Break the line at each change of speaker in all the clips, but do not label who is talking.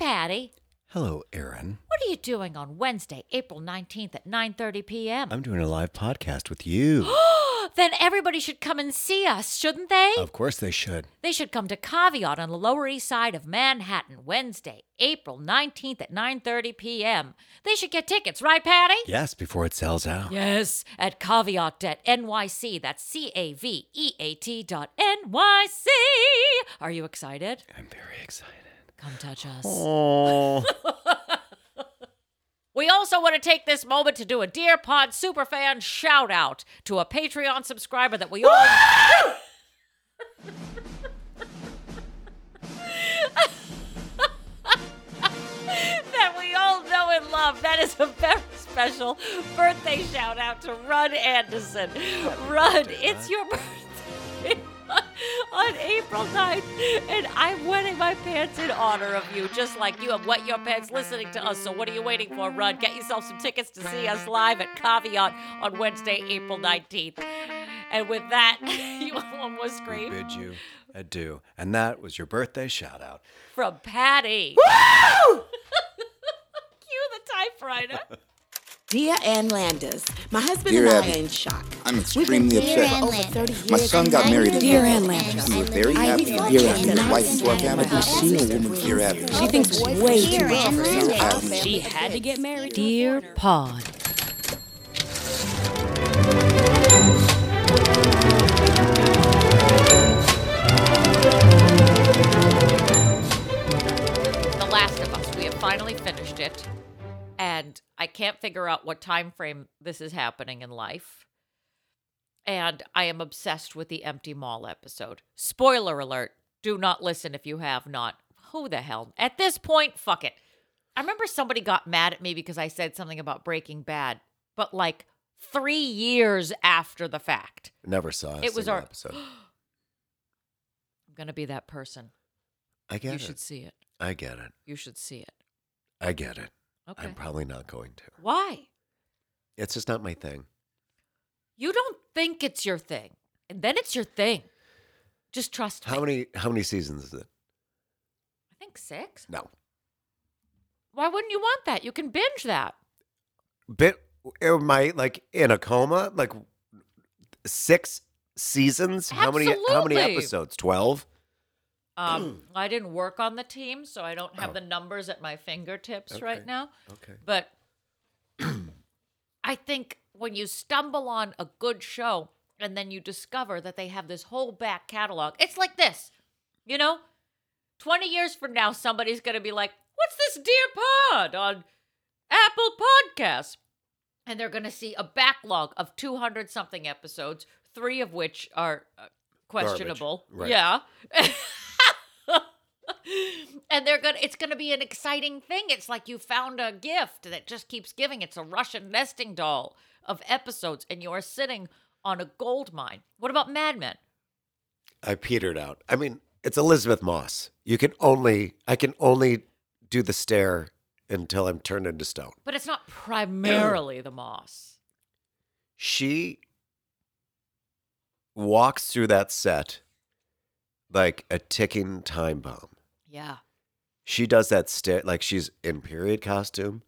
Maddie.
Hello, Aaron.
What are you doing on Wednesday, April 19th at 9:30 p.m.?
I'm doing a live podcast with you.
then everybody should come and see us, shouldn't they?
of course they should.
They should come to Caveat on the Lower East Side of Manhattan Wednesday, April 19th at 9:30 p.m. They should get tickets, right, Patty?
Yes, before it sells out.
Yes, at caveat.nyc. That's C A V E A T dot NYC. Are you excited?
I'm very excited.
Come touch us.
Oh,
We also want to take this moment to do a Dear Pod Superfan shout out to a Patreon subscriber that we all. that we all know and love. That is a very special birthday shout out to Run Anderson. Run, it's your birthday on April 9th, and I'm wetting my pants in honor of you, just like you have wet your pants listening to us. So, what are you waiting for, Run? Get yourself some tickets to see us live at Caveat on Wednesday, April 19th. And with that, you almost
we
screamed
bid you adieu. And that was your birthday shout out.
from Patty. Cue the typewriter.
Dear Ann Landis, my husband
Dear
and I
Abby.
are in shock.
I'm
We've been
extremely
dating
upset.
for over 30 years.
My son got married in
Dear
April,
Ann Landis.
and we're very
I
happy.
was
and Dear
watching
Abby, his
Ann
wife
Landis
Swell Cameron,
have you
seen a
seen
woman, Dear Abby.
She thinks way too much of herself.
Landis.
She had to get married.
Dear Pod. The Last of Us. We have finally finished it, and I can't figure out what time frame this is happening in life. And I am obsessed with the empty mall episode. Spoiler alert: Do not listen if you have not. Who the hell? At this point, fuck it. I remember somebody got mad at me because I said something about Breaking Bad, but like three years after the fact.
Never saw a
It was
single
our-
episode.
I'm going to be that person.
I get
you
it.
should see it.
I get it.
You should see it.
I get it.
Okay.
I'm probably not going to.
Why?
It's just not my thing.
You don't think it's your thing, and then it's your thing. Just trust
How
me.
many how many seasons is it?
I think six.
No.
Why wouldn't you want that? You can binge that.
Bit am I like in a coma? Like six seasons? How many how many
Absolutely.
episodes? Twelve?
Um, I didn't work on the team, so I don't have
Hmm. Oh.
the numbers at my fingertips right
Okay.
now.
Okay.
But I think when you stumble on a good show and then you discover that they have this whole back catalog, it's like this, you know? 20 years from now, somebody's going to be like, what's this Dear Pod on Apple Podcasts? And they're going to see a backlog of 200 something episodes, three of which are uh, questionable.
Right.
Yeah. and they're gonna it's gonna be an exciting thing it's like you found a gift that just keeps giving it's a russian nesting doll of episodes and you are sitting on a gold mine what about mad men
I petered out. I mean, it's Elizabeth Moss. You can only I can only do the stare until I'm turned into stone.
but it's not primarily the moss
She walks through that set like a ticking time bomb.
yeah
She does that stare like she's in period costume,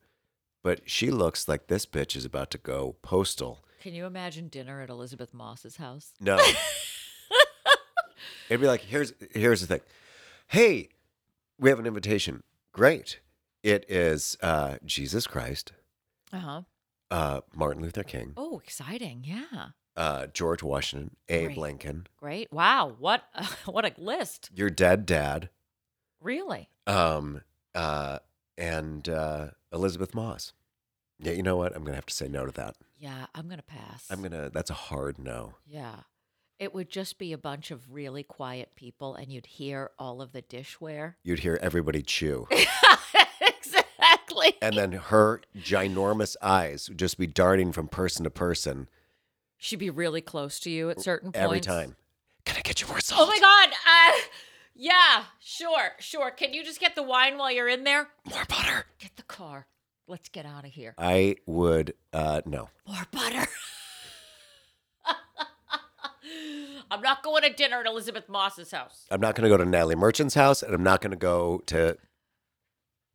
but she looks like this bitch is about to go postal.
can you imagine dinner at elizabeth moss's house
No. It'd be like, here's here's the thing. Hey, we have an invitation. Great. It is uh, Jesus Christ,
uh-huh
uh, Martin Luther King,
oh exciting yeah
uh, George Washington, Abe
Great.
Lincoln,
great wow what what a list
your dead dad,
really
um, uh, and uh, Elizabeth Moss. Yeah, you know what? I'm gonna have to say no to that.
yeah i'm gonna pass
I'm gonna. That's a hard no.
Yeah. It would just be a bunch of really quiet people and you'd hear all of the dishware.
You'd hear everybody chew,
exactly.
and then her ginormous eyes would just be darting from person to person.
She'd be really close to you at certain points.
every time. Can I get you more salt?
Oh my god. Uh yeah, sure, sure. Can you just get the wine while you're in there?
More butter.
Get the car. Let's get out of here.
I would uh no.
More butter. I'm not going to dinner at Elizabeth Moss's house.
I'm not gonna go to Natalie Merchant's house and I'm not gonna go to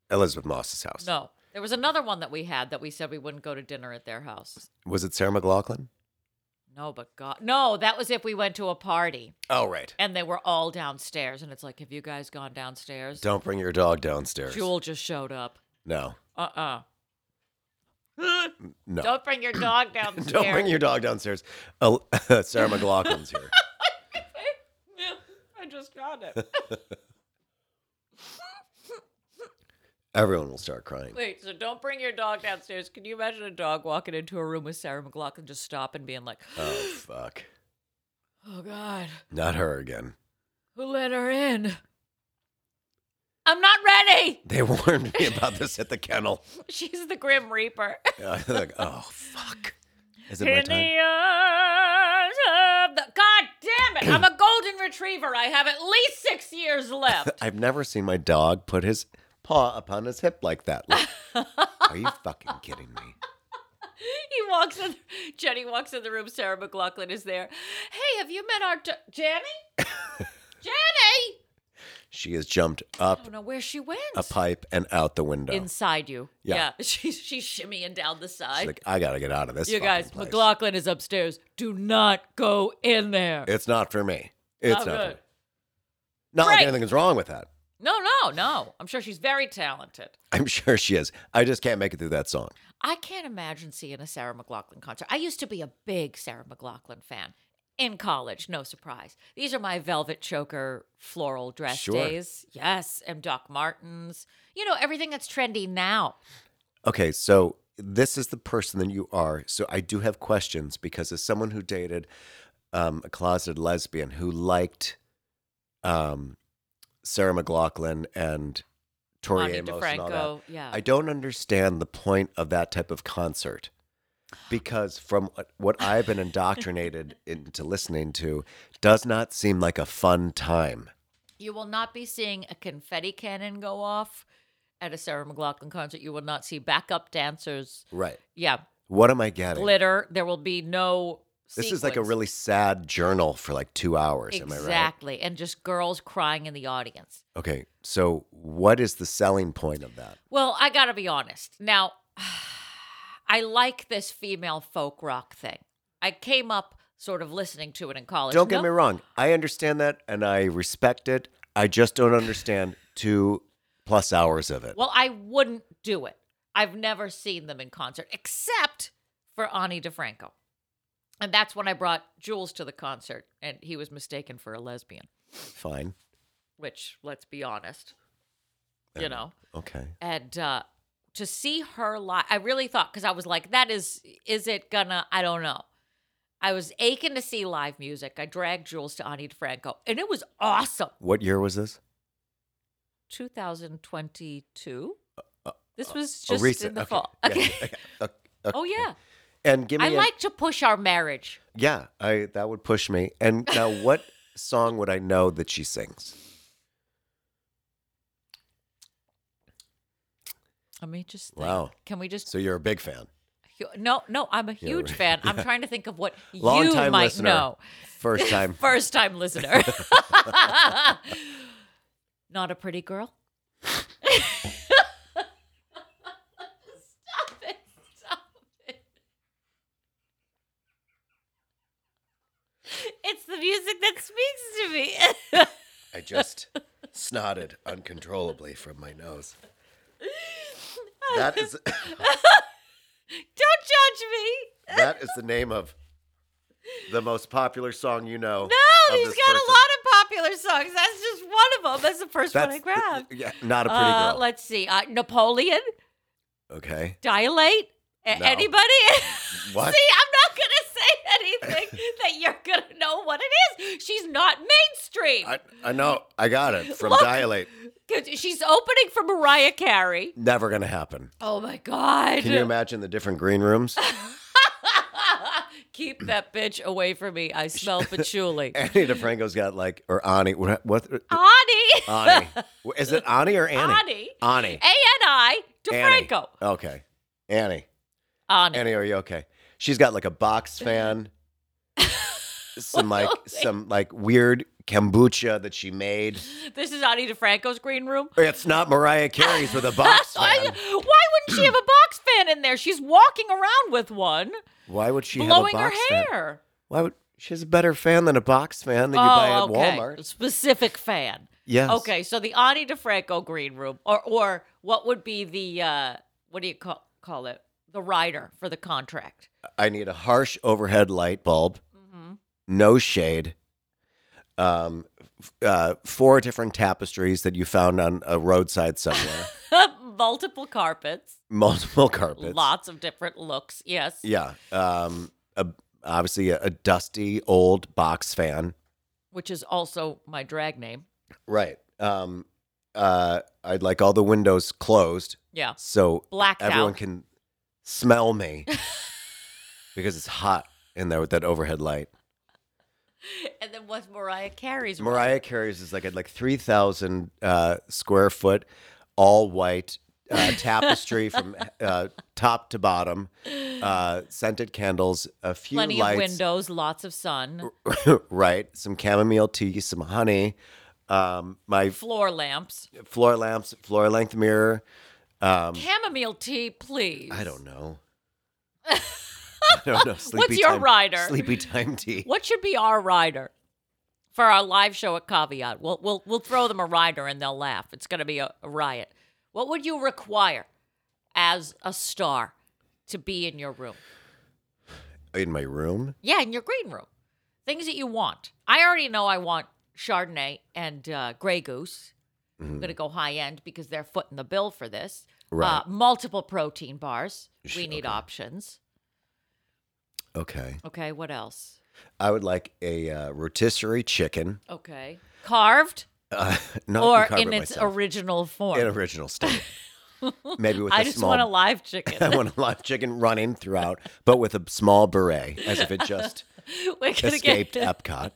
Elizabeth Moss's house.
No. There was another one that we had that we said we wouldn't go to dinner at their house.
Was it Sarah McLaughlin?
No, but God. No, that was if we went to a party
Oh, right.
and they were all downstairs. And it's like, have you guys gone downstairs?
Don't bring your dog downstairs.
Jewel just showed up.
No.
Uh uh
No.
Don't bring your dog downstairs.
Don't bring your dog downstairs. El- Sarah McLaughlin's here.
I just got it.
Everyone will start crying.
Wait, so don't bring your dog downstairs. Can you imagine a dog walking into a room with Sarah McLaughlin just stop and being like,
Oh, fuck.
oh God,
Not her again.
who let her in? I'm not ready.
They warned me about this at the kennel.
She's the Grim Reaper.
Yeah, like, oh, fuck. Is it my
In the
time?
eyes of the God damn it! I'm a golden retriever. I have at least six years left.
I've never seen my dog put his paw upon his hip like that. Like, are you fucking kidding me?
he walks in. Jenny walks in the room. Sarah McLaughlin is there. Hey, have you met our d- Jenny? Jenny.
She has jumped
I
up
don't know where she went.
a pipe and out the window.
Inside you.
Yeah.
She's she's shimmying down the
She's
side.
like, I gotta get out of this.
you
fucking
guys,
place.
McLaughlin is upstairs. Do not go in there.
It's not for me. It's
Not
not. For
Oh, good.
me. Not like
Great.
anything's wrong with that.
no, no, no. I'm sure she's very talented.
I'm sure she is. I just can't make it through that song.
I can't imagine seeing a Sarah McLaughlin concert. I used to be a big Sarah McLaughlin fan in college, no surprise. These are my velvet choker floral dress
Sure.
days. Yes, and Doc Martens. You know, everything that's trendy now.
Okay, so this is the person that you are. So I do have questions because as someone who dated um, a closeted lesbian who liked um, Sarah McLaughlin and Tori
Ani
Amos and all that,
DeFranco, yeah.
I don't understand the point of that type of concert because from what- what I've been indoctrinated into listening to, does not seem like a fun time.
You will not be seeing a confetti cannon go off at a Sarah McLaughlin concert. You will not see backup dancers.
Right.
Yeah,
What am I getting?
glitter. There will be no.
This is like a
sequins.
really sad journal for like two hours. Am I right?
exactly, and just girls crying in the audience.
Okay, so what is the selling point of that?
Well, I gotta be honest. Now, I like this female folk rock thing. I came up sort of listening to it in college.
Don't get
No-
me wrong. I understand that and I respect it. I just don't understand two plus hours of it.
Well, I wouldn't do it. I've never seen them in concert except for Ani DeFranco. And that's when I brought Jules to the concert and he was mistaken for a lesbian,
Fine.
which let's be honest, you know.
Okay.
And uh to see her live, I really thought cuz I was like that is is it gonna I don't know. I was aching to see live music. I dragged Jules to Ani DeFranco and it was awesome.
What year was this?
2022.
Uh,
This was just in the
okay.
fall.
Yeah,
Okay.
yeah, yeah. Okay.
Oh yeah.
And give me
I
an-
like to push our marriage.
Yeah, I that would push me. And now what song would I know that she sings?
Let me just think.
Wow.
Can we just
So you're a big fan.
No, no, I'm a huge
right.
fan. I'm trying to think of what
Long
you
time
might
listener.
know.
First time.
First time listener. Not a pretty girl. Stop it. Stop it. It's the music that speaks to me.
I just snotted uncontrollably from my nose. That is
Don't judge me.
That is the name of the most popular song you know.
No,
of
he's
this
got
person.
a lot of popular songs. That's just one of them. That's the first one I
That's
grabbed.
yeah, not a pretty
Uh,
girl.
let's see. Uh, Napoleon,
okay,
dilate. A-
No.
Anybody?
What?
see, I'm not gonna say anything that you're gonna know what it is. She's not mainstream.
I, I know I got it from
Look.
Dilate.
'Cause She's opening for Mariah Carey.
Never gonna happen.
Oh my God!
Can you imagine the different green rooms?
Keep that bitch away from me. I smell patchouli.
Annie DeFranco's got like or Ani. What? what
Ani,
Ani. Is it Ani or Annie?
Ani,
Ani.
A N I
Annie.
DeFranco.
Okay. Annie.
Ani.
Annie, are you okay? She's got like a box fan, some like some like weird kombucha that she made.
This is Ani DeFranco's green room.
It's not Mariah Carey's with a box
Why
fan.
wouldn't she have a box fan in there? She's walking around with one,
Why would she
blowing
have
her
a box fan?
hair.
Why would she has a better fan than a box fan that you buy at
oh, okay.
Walmart?
Specific fan.
Yes.
Okay, so the Ani DeFranco green room, or or what would be the uh, what do you call call it? The rider for the contract.
I need a harsh overhead light bulb,
Mm-hmm.
no shade, um, f- uh, four different tapestries that you found on a roadside somewhere,
Multiple carpets,
multiple carpets,
lots of different looks. Yes.
yeah, um, a, obviously a, a dusty old box fan,
which is also my drag name.
right? Um, uh, I'd like all the windows closed
Yeah.
so
Blacked
everyone
out.
can smell me because it's hot in there with that overhead light.
And then what's Mariah Carey's? one?
Mariah Carey's is like at like three thousand uh, square foot, all white uh, tapestry from uh, top to bottom, uh, scented candles, a few
Plenty of
lights,
windows, lots of sun,
right? Some chamomile tea, some honey, um, my f-
floor lamps.
floor lamps, floor length mirror. Um,
Chamomile tea, please.
I don't know. I don't know. Sleepy
What's your
time-
rider?
Sleepy time tea.
What should be our rider for our live show at Caveat? We'll we'll we'll throw them a rider and they'll laugh. It's going to be a, a riot. What would you require as a star to be in your room?
In my room.
Yeah, in your green room. Things that you want. I already know I want Chardonnay and uh, Grey Goose. I'm
Mm-hmm.
going to go high end because they're footing the bill for this.
Right.
Uh, multiple protein bars.
Sh-
We need
okay.
options.
Okay.
Okay, what else?
I would like a uh, rotisserie chicken.
Okay. Carved
Uh, not
or
carve
in
it
its
myself.
original form.
in original state. Maybe with
I
a
just
small.
want a live
I
chicken.
want a live chicken running throughout, but with a small beret, as if it just
We're gonna
escaped uh,
get
Epcot.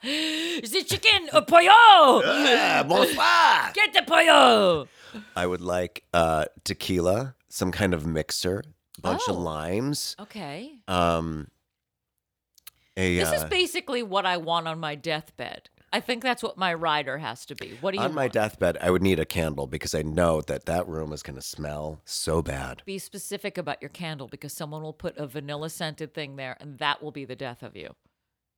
the chicken or pollo.
Ah, bonsoir!
Get the pollo.
I would like uh, tequila, some kind of mixer, bunch of
Oh.
limes,
Okay.
um, a
This is
uh,
basically what I want on my deathbed. I think that's what my rider has to be. What do you
on my
want?
deathbed. I would need a candle because I know that that room is going to smell so bad.
be specific about your candle because someone will put a vanilla scented thing there and that will be the death of you.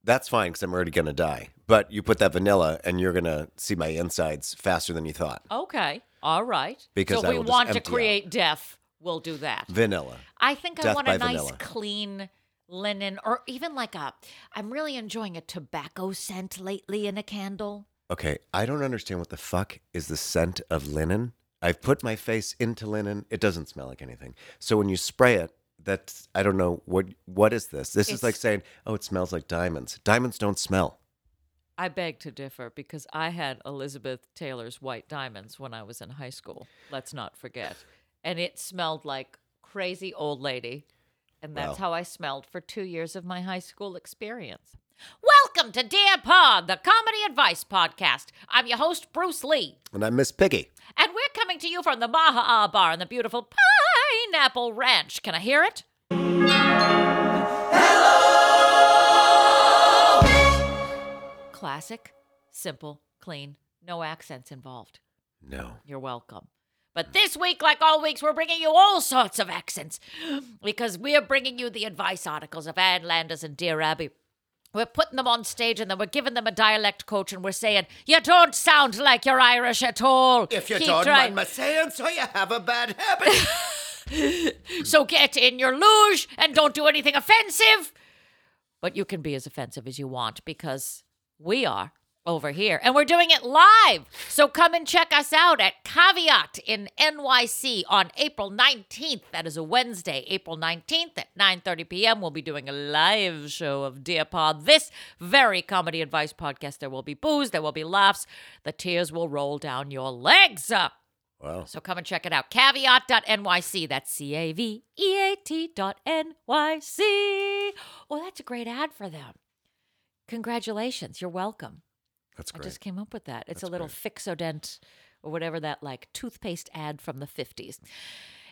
That's fine because I'm already going to die. But you put that vanilla, and you're going to see my insides faster than you thought.
Okay. All right.
Because
so
I
if we
will just
want to
empty out.
create death, we'll do that.
Vanilla.
I think I
Death
want a
by
nice
vanilla.
clean linen or even like a I'm really enjoying a tobacco scent lately in a candle.
Okay, I don't understand what the fuck is the scent of linen. I've put my face into linen; it doesn't smell like anything. So when you spray it, that's I don't know what what is this. This is like
It's-
saying, "Oh, it smells like diamonds." Diamonds don't smell.
I beg to differ because I had Elizabeth Taylor's white diamonds when I was in high school. Let's not forget. And it smelled like crazy old lady. And that's
Wow.
how I smelled for two years of my high school experience. Welcome to Dear Pod, the comedy advice podcast. I'm your host, Bruce Lee.
And I miss Piggy.
And we're coming to you from the Maha'a Bar in the beautiful Pineapple Ranch. Can I hear it? Hello! Classic, simple, clean, no accents involved.
No,
You're welcome. But this week, like all weeks, we're bringing you all sorts of accents because we're bringing you the advice articles of Ann Landers and Dear Abby. We're putting them on stage and then we're giving them a dialect coach and we're saying, You don't sound like you're Irish at all. Keep trying."
my saying, so you have a bad habit.
So get in your luge and don't do anything offensive. But you can be as offensive as you want because we are over here and we're doing it live. So come and check us out at Caveat in NYC on April 19th. That is a Wednesday, April 19th at 9:30 p.m. We'll be doing a live show of Dear Pod, this very comedy advice podcast. There will be booze, there will be laughs, the tears will roll down your legs.
wow,
So come and check it out. Caveat.nyc. That's C A V E A T dot N Y C. Well, that's a great ad for them. Congratulations. You're welcome.
that's
I
great.
just came up with that. It's a little Fixodent or whatever that like toothpaste ad from the 50s.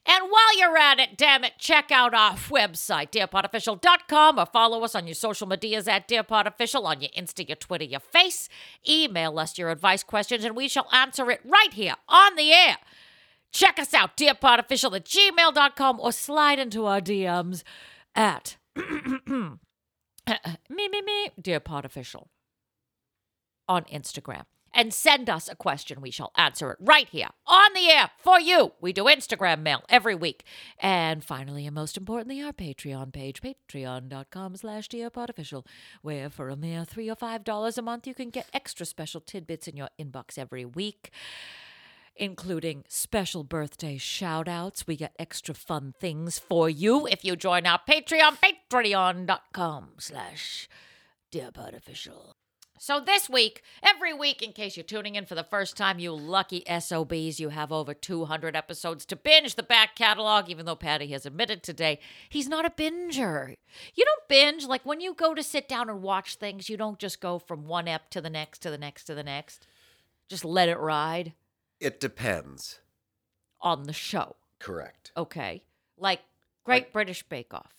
And while you're at it, damn it, check out our website, dearpodofficial.com, or follow us on your social medias at dearpodofficial, on your Insta, your Twitter, your face. Email us your advice questions, and we shall answer it right here on the air. Check us out, dearpodofficial at gmail.com, or slide into our DMs at me, me, me, dear pod official on Instagram and send us a question. We shall answer it right here on the air for you. We do Instagram mail every week. And finally, and most importantly, our Patreon page, patreon.com slash dearpodofficial, where for a mere three or five dollars a month, you can get extra special tidbits in your inbox every week including special birthday shout outs. We get extra fun things for you if you join our Patreon, patreon.com slash dearpodofficial. So this week, every week, in case you're tuning in for the first time, you lucky SOBs, you have over 200 episodes to binge the back catalog, even though Patty has admitted today he's not a binger. You don't binge. Like when you go to sit down and watch things, you don't just go from one ep to the next to the next to the next. Just let it ride
It depends.
on the show.
Correct.
Okay. Like Great British Bake Off.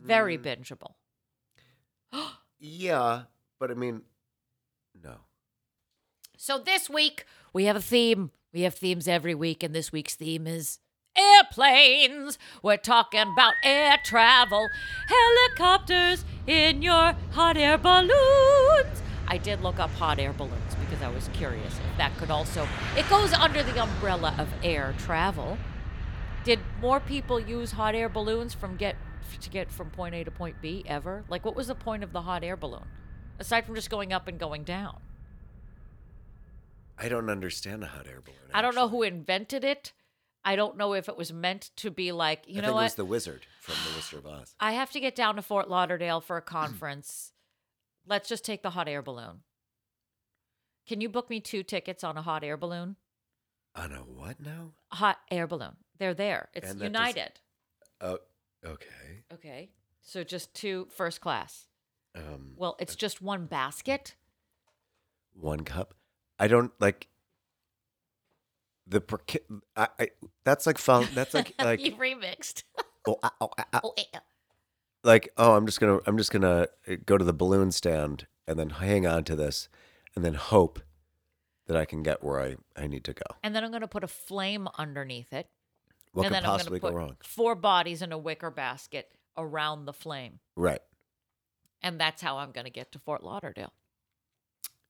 Very bingeable.
Yeah, but I mean, no.
So this week we have a theme. We have themes every week, and this week's theme is airplanes. We're talking about air travel, helicopters in your hot air balloons. I did look up hot air balloons because I was curious if that could also. It goes under the umbrella of air travel. Did more people use hot air balloons from get to get from point A to point B ever? Like, what was the point of the hot air balloon, aside from just going up and going down?
I don't understand a hot air balloon.
I don't know who invented it. I don't know if it was meant to be like, you
I
know
think
what?
it was the wizard from the Wizard of Oz.
I have to get down to Fort Lauderdale for a conference. Let's just take the hot air balloon. Can you book me two tickets on a hot air balloon?
On a what now?
Hot air balloon. They're there. It's
And that does-
United.
Oh, okay.
Okay. So just two first class.
Um,
Well, it's just one basket.
one cup. I don't like the per- I, I that's like follow, that's like
you
like
remixed.
oh, ah, oh, ah, ah.
Oh, eh, eh.
like oh I'm just gonna I'm just gonna uh, go to the balloon stand and then hang on to this and then hope that I can get where I I need to go.
and then I'm going to put a flame underneath it.
What
and
could
then I'm
possibly
going to
go
put
wrong?
four bodies in a wicker basket around the flame.
Right.
and that's how I'm going to get to Fort Lauderdale.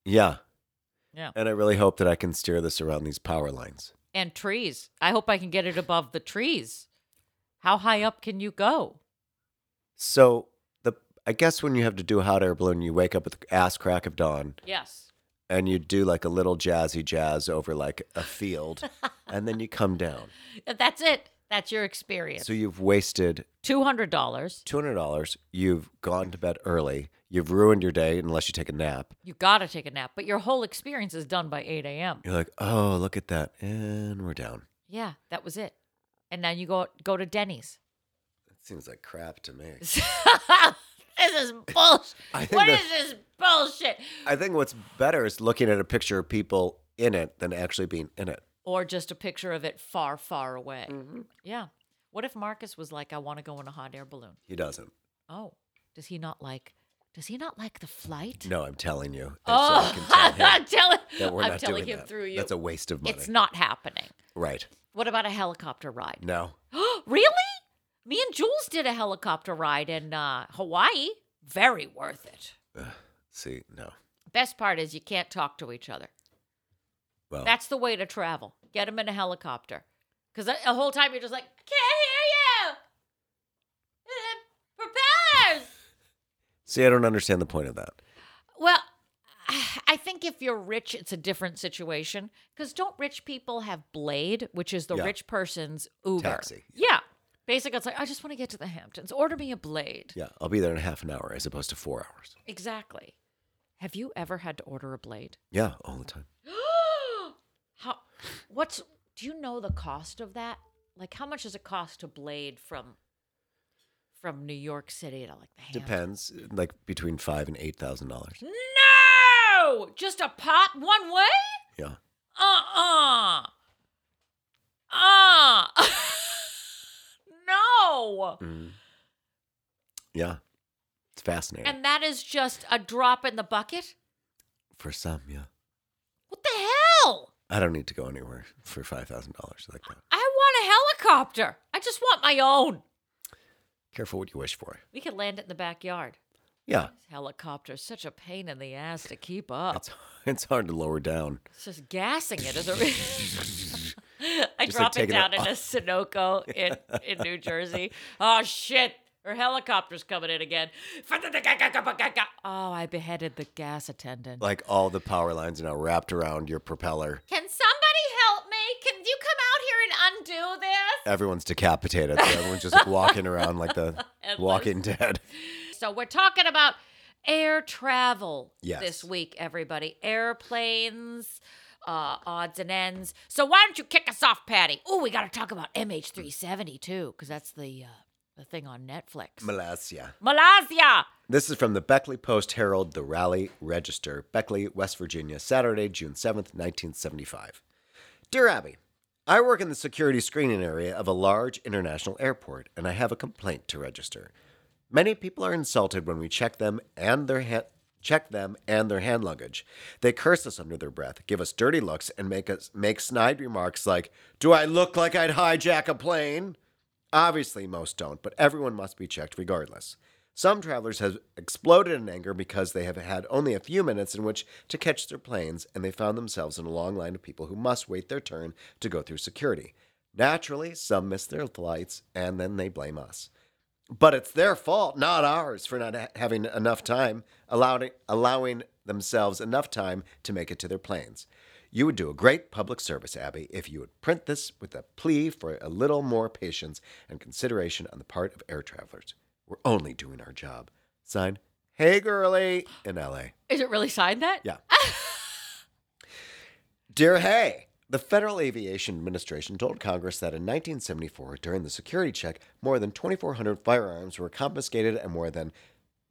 Yeah.
Yeah.
And I really hope that I can steer this around these power lines.
And trees. I hope I can get it above the trees. How high up can you go?
So the I guess when you have to do a hot air balloon, you wake up at the ass crack of dawn
Yes.
and you do like a little jazzy jazz over like a field, and then you come down.
That's it. That's your experience.
So you've wasted
$200.
two hundred dollars. You've gone to bed early. You've ruined your day unless you take a nap.
You got to take a nap, but your whole experience is done by 8 a.m.
You're like, oh, look at that, and we're down.
Yeah, that was it. And now you go go to Denny's.
That seems like crap to me.
this is bullshit.
I think
What
that-
is this bullshit?
I think what's better is looking at a picture of people in it than actually being in it.
Or just a picture of it far, far away. Yeah. What if Marcus was like, I want to go in a hot air balloon?
He doesn't.
Oh, does he not like? Does he not like the flight?
No, I'm telling you. And so
oh,
I can tell
I'm
him
not telling.
that we're
Oh, I'm
not
telling
doing
him
that.
through you.
That's a waste of money.
it's not happening.
right.
What about a helicopter ride?
No.
really? Me and Jules did a helicopter ride in uh, Hawaii. Very worth it.
See, no.
Best part is you can't talk to each other.
Well,
That's the way to travel. Get them in a helicopter. Because the the whole time you're just like, I can't hear you. Uh, Propellers.
see, I don't understand the point of that.
Well, I think if you're rich, it's a different situation because don't rich people have Blade, which is the
Yeah.
rich person's Uber?
Taxi.
Yeah. Basically, it's like, I just want to get to the Hamptons. Order me a Blade.
Yeah, I'll be there in half an hour as opposed to four hours.
Exactly. Have you ever had to order a Blade?
Yeah, all the time.
How, what's, do you know the cost of that? Like, how much does it cost to Blade from, from New York City to like the Hamptons?
Depends, like between five and eight thousand dollars.
No! Just a pot one way? Uh-uh.
Yeah,
Uh uh. Uh. Wow.
Mhm. Yeah. It's fascinating.
And that is just a drop in the bucket?
For some, yeah.
What the hell?
I don't need to go anywhere for $5,000 like that.
I want a helicopter. I just want my own.
Careful what you wish for.
We could land it in the backyard.
Yeah.
This helicopter's such a pain in the ass to keep up.
It's, it's hard to lower down.
It's just gassing it as a. I
Just like
drop it
taking a-
down in a Sunoco in, in New Jersey. Oh shit! Her helicopter's coming in again. Oh, I beheaded the gas attendant.
Like all the power lines are now wrapped around your propeller.
Can somebody help me? Can you come out here and undo this?
Everyone's decapitated. So everyone's just like walking around like the
Endless.
walking dead.
So we're talking about air travel
Yes.
this week, everybody. Airplanes, uh, odds and ends. So why don't you kick us off, Patty? Oh, we got to talk about MH370 too, because that's the uh, the thing on Netflix.
Malaysia.
Malaysia.
This is from the Beckley Post Herald, the Raleigh Register, Beckley, West Virginia, Saturday, June 7th, 1975. Dear Abby, I work in the security screening area of a large international airport, and I have a complaint to register. Many people are insulted when we check them and their ha- check them and their hand luggage. They curse us under their breath, give us dirty looks, and make us make snide remarks like, "Do I look like I'd hijack a plane?" Obviously, most don't, but everyone must be checked regardless. Some travelers have exploded in anger because they have had only a few minutes in which to catch their planes and they found themselves in a long line of people who must wait their turn to go through security. Naturally, some miss their flights and then they blame us. But it's their fault, not ours, for not ha- having enough time, allowing, allowing themselves enough time to make it to their planes. You would do a great public service, Abby, if you would print this with a plea for a little more patience and consideration on the part of air travelers. We're only doing our job. Signed, Hey Girlie in LA.
Is it really signed that?
Yeah. Dear Hay, the Federal Aviation Administration told Congress that in 1974, during the security check, more than 2,400 firearms were confiscated and more than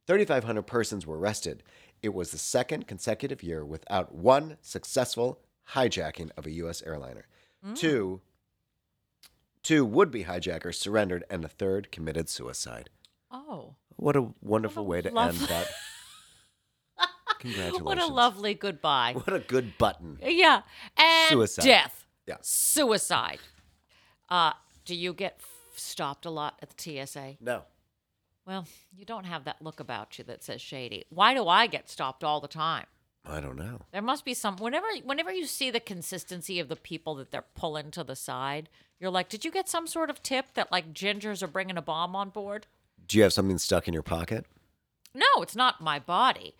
3,500 persons were arrested. It was the second consecutive year without one successful hijacking of a U.S. airliner. Two, two would-be hijackers surrendered, and a third committed suicide.
Oh.
What a wonderful way to
lov-
end that.
What a
Congratulations.
lovely goodbye.
What a good button.
Yeah. And
Suicide.
death.
Yeah.
Suicide. Uh, do you get f- stopped a lot at the TSA?
No.
Well, you don't have that look about you that says shady. Why do I get stopped all the time?
I don't know.
There must be some whenever whenever you see the consistency of the people that they're pulling to the side, you're like, did you get some sort of tip that like gingers are bringing a bomb on board?
Do you have something stuck in your pocket?
No, it's not my body.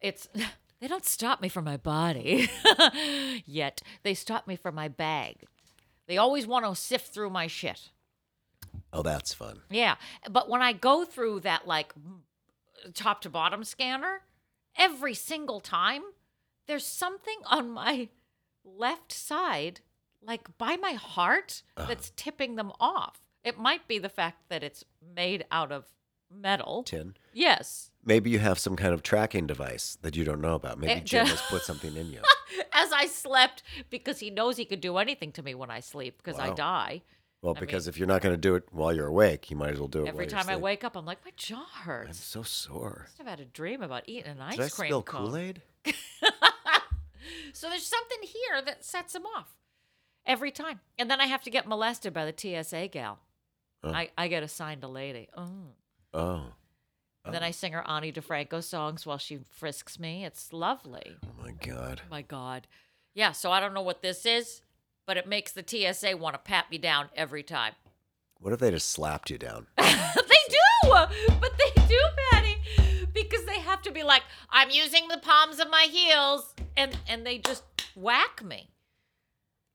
It's they don't stop me for my body yet. They stop me for my bag. They always want to sift through my shit.
Oh, that's fun.
Yeah, but when I go through that like top to bottom scanner, every single time there's something on my left side, like by my heart,
Uh-huh.
that's tipping them off. It might be the fact that it's made out of metal.
Tin.
Yes.
Maybe you have some kind of tracking device that you don't know about. Maybe
It
Jim
ju-
has put something in you.
as I slept because he knows he could do anything to me when I sleep because I
Wow.
die.
Well, because if you're not going to do it while you're awake, you might as well do it
Every
while
time
you're
I
asleep.
wake up, I'm like, my jaw
I'm
hurts.
so sore.
I must have had a dream about eating an ice
Did I
cream
spill
cone.
Kool Aid?
So there's something here that sets him off every time. And then I have to get molested by the TSA gal.
Oh.
I, I get assigned a lady. Mm.
Oh,
And Then I sing her Ani DeFranco songs while she frisks me. It's lovely.
oh my God.
My God. Yeah, so I don't know what this is, but it makes the TSA want to pat me down every time.
What if they just slapped you down?
they do, but they do, Patty, because they have to be like, I'm using the palms of my heels, and and they just whack me.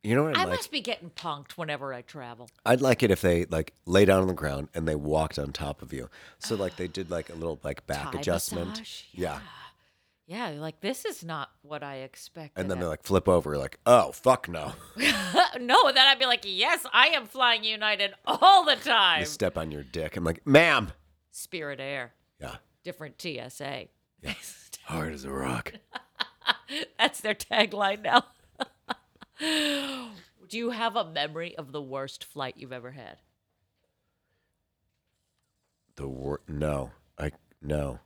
You know what I'd
I
like?
must be getting punked whenever I travel.
I'd like it if they like lay down on the ground and they walked on top of you. So like they did like a little like back
Thai
adjustment.
massage,
Yeah.
Yeah, you're like this is not what I expected.
And then they like flip over like, "Oh, fuck no."
no, then I'd be like, yes, I am flying United all the
They
time.
step on your dick. I'm like, "Ma'am."
Spirit Air,
Yeah.
different TSA.
Hard as a rock.
That's their tagline now. Do you have a memory of the worst flight you've ever had?
the word. No, I no.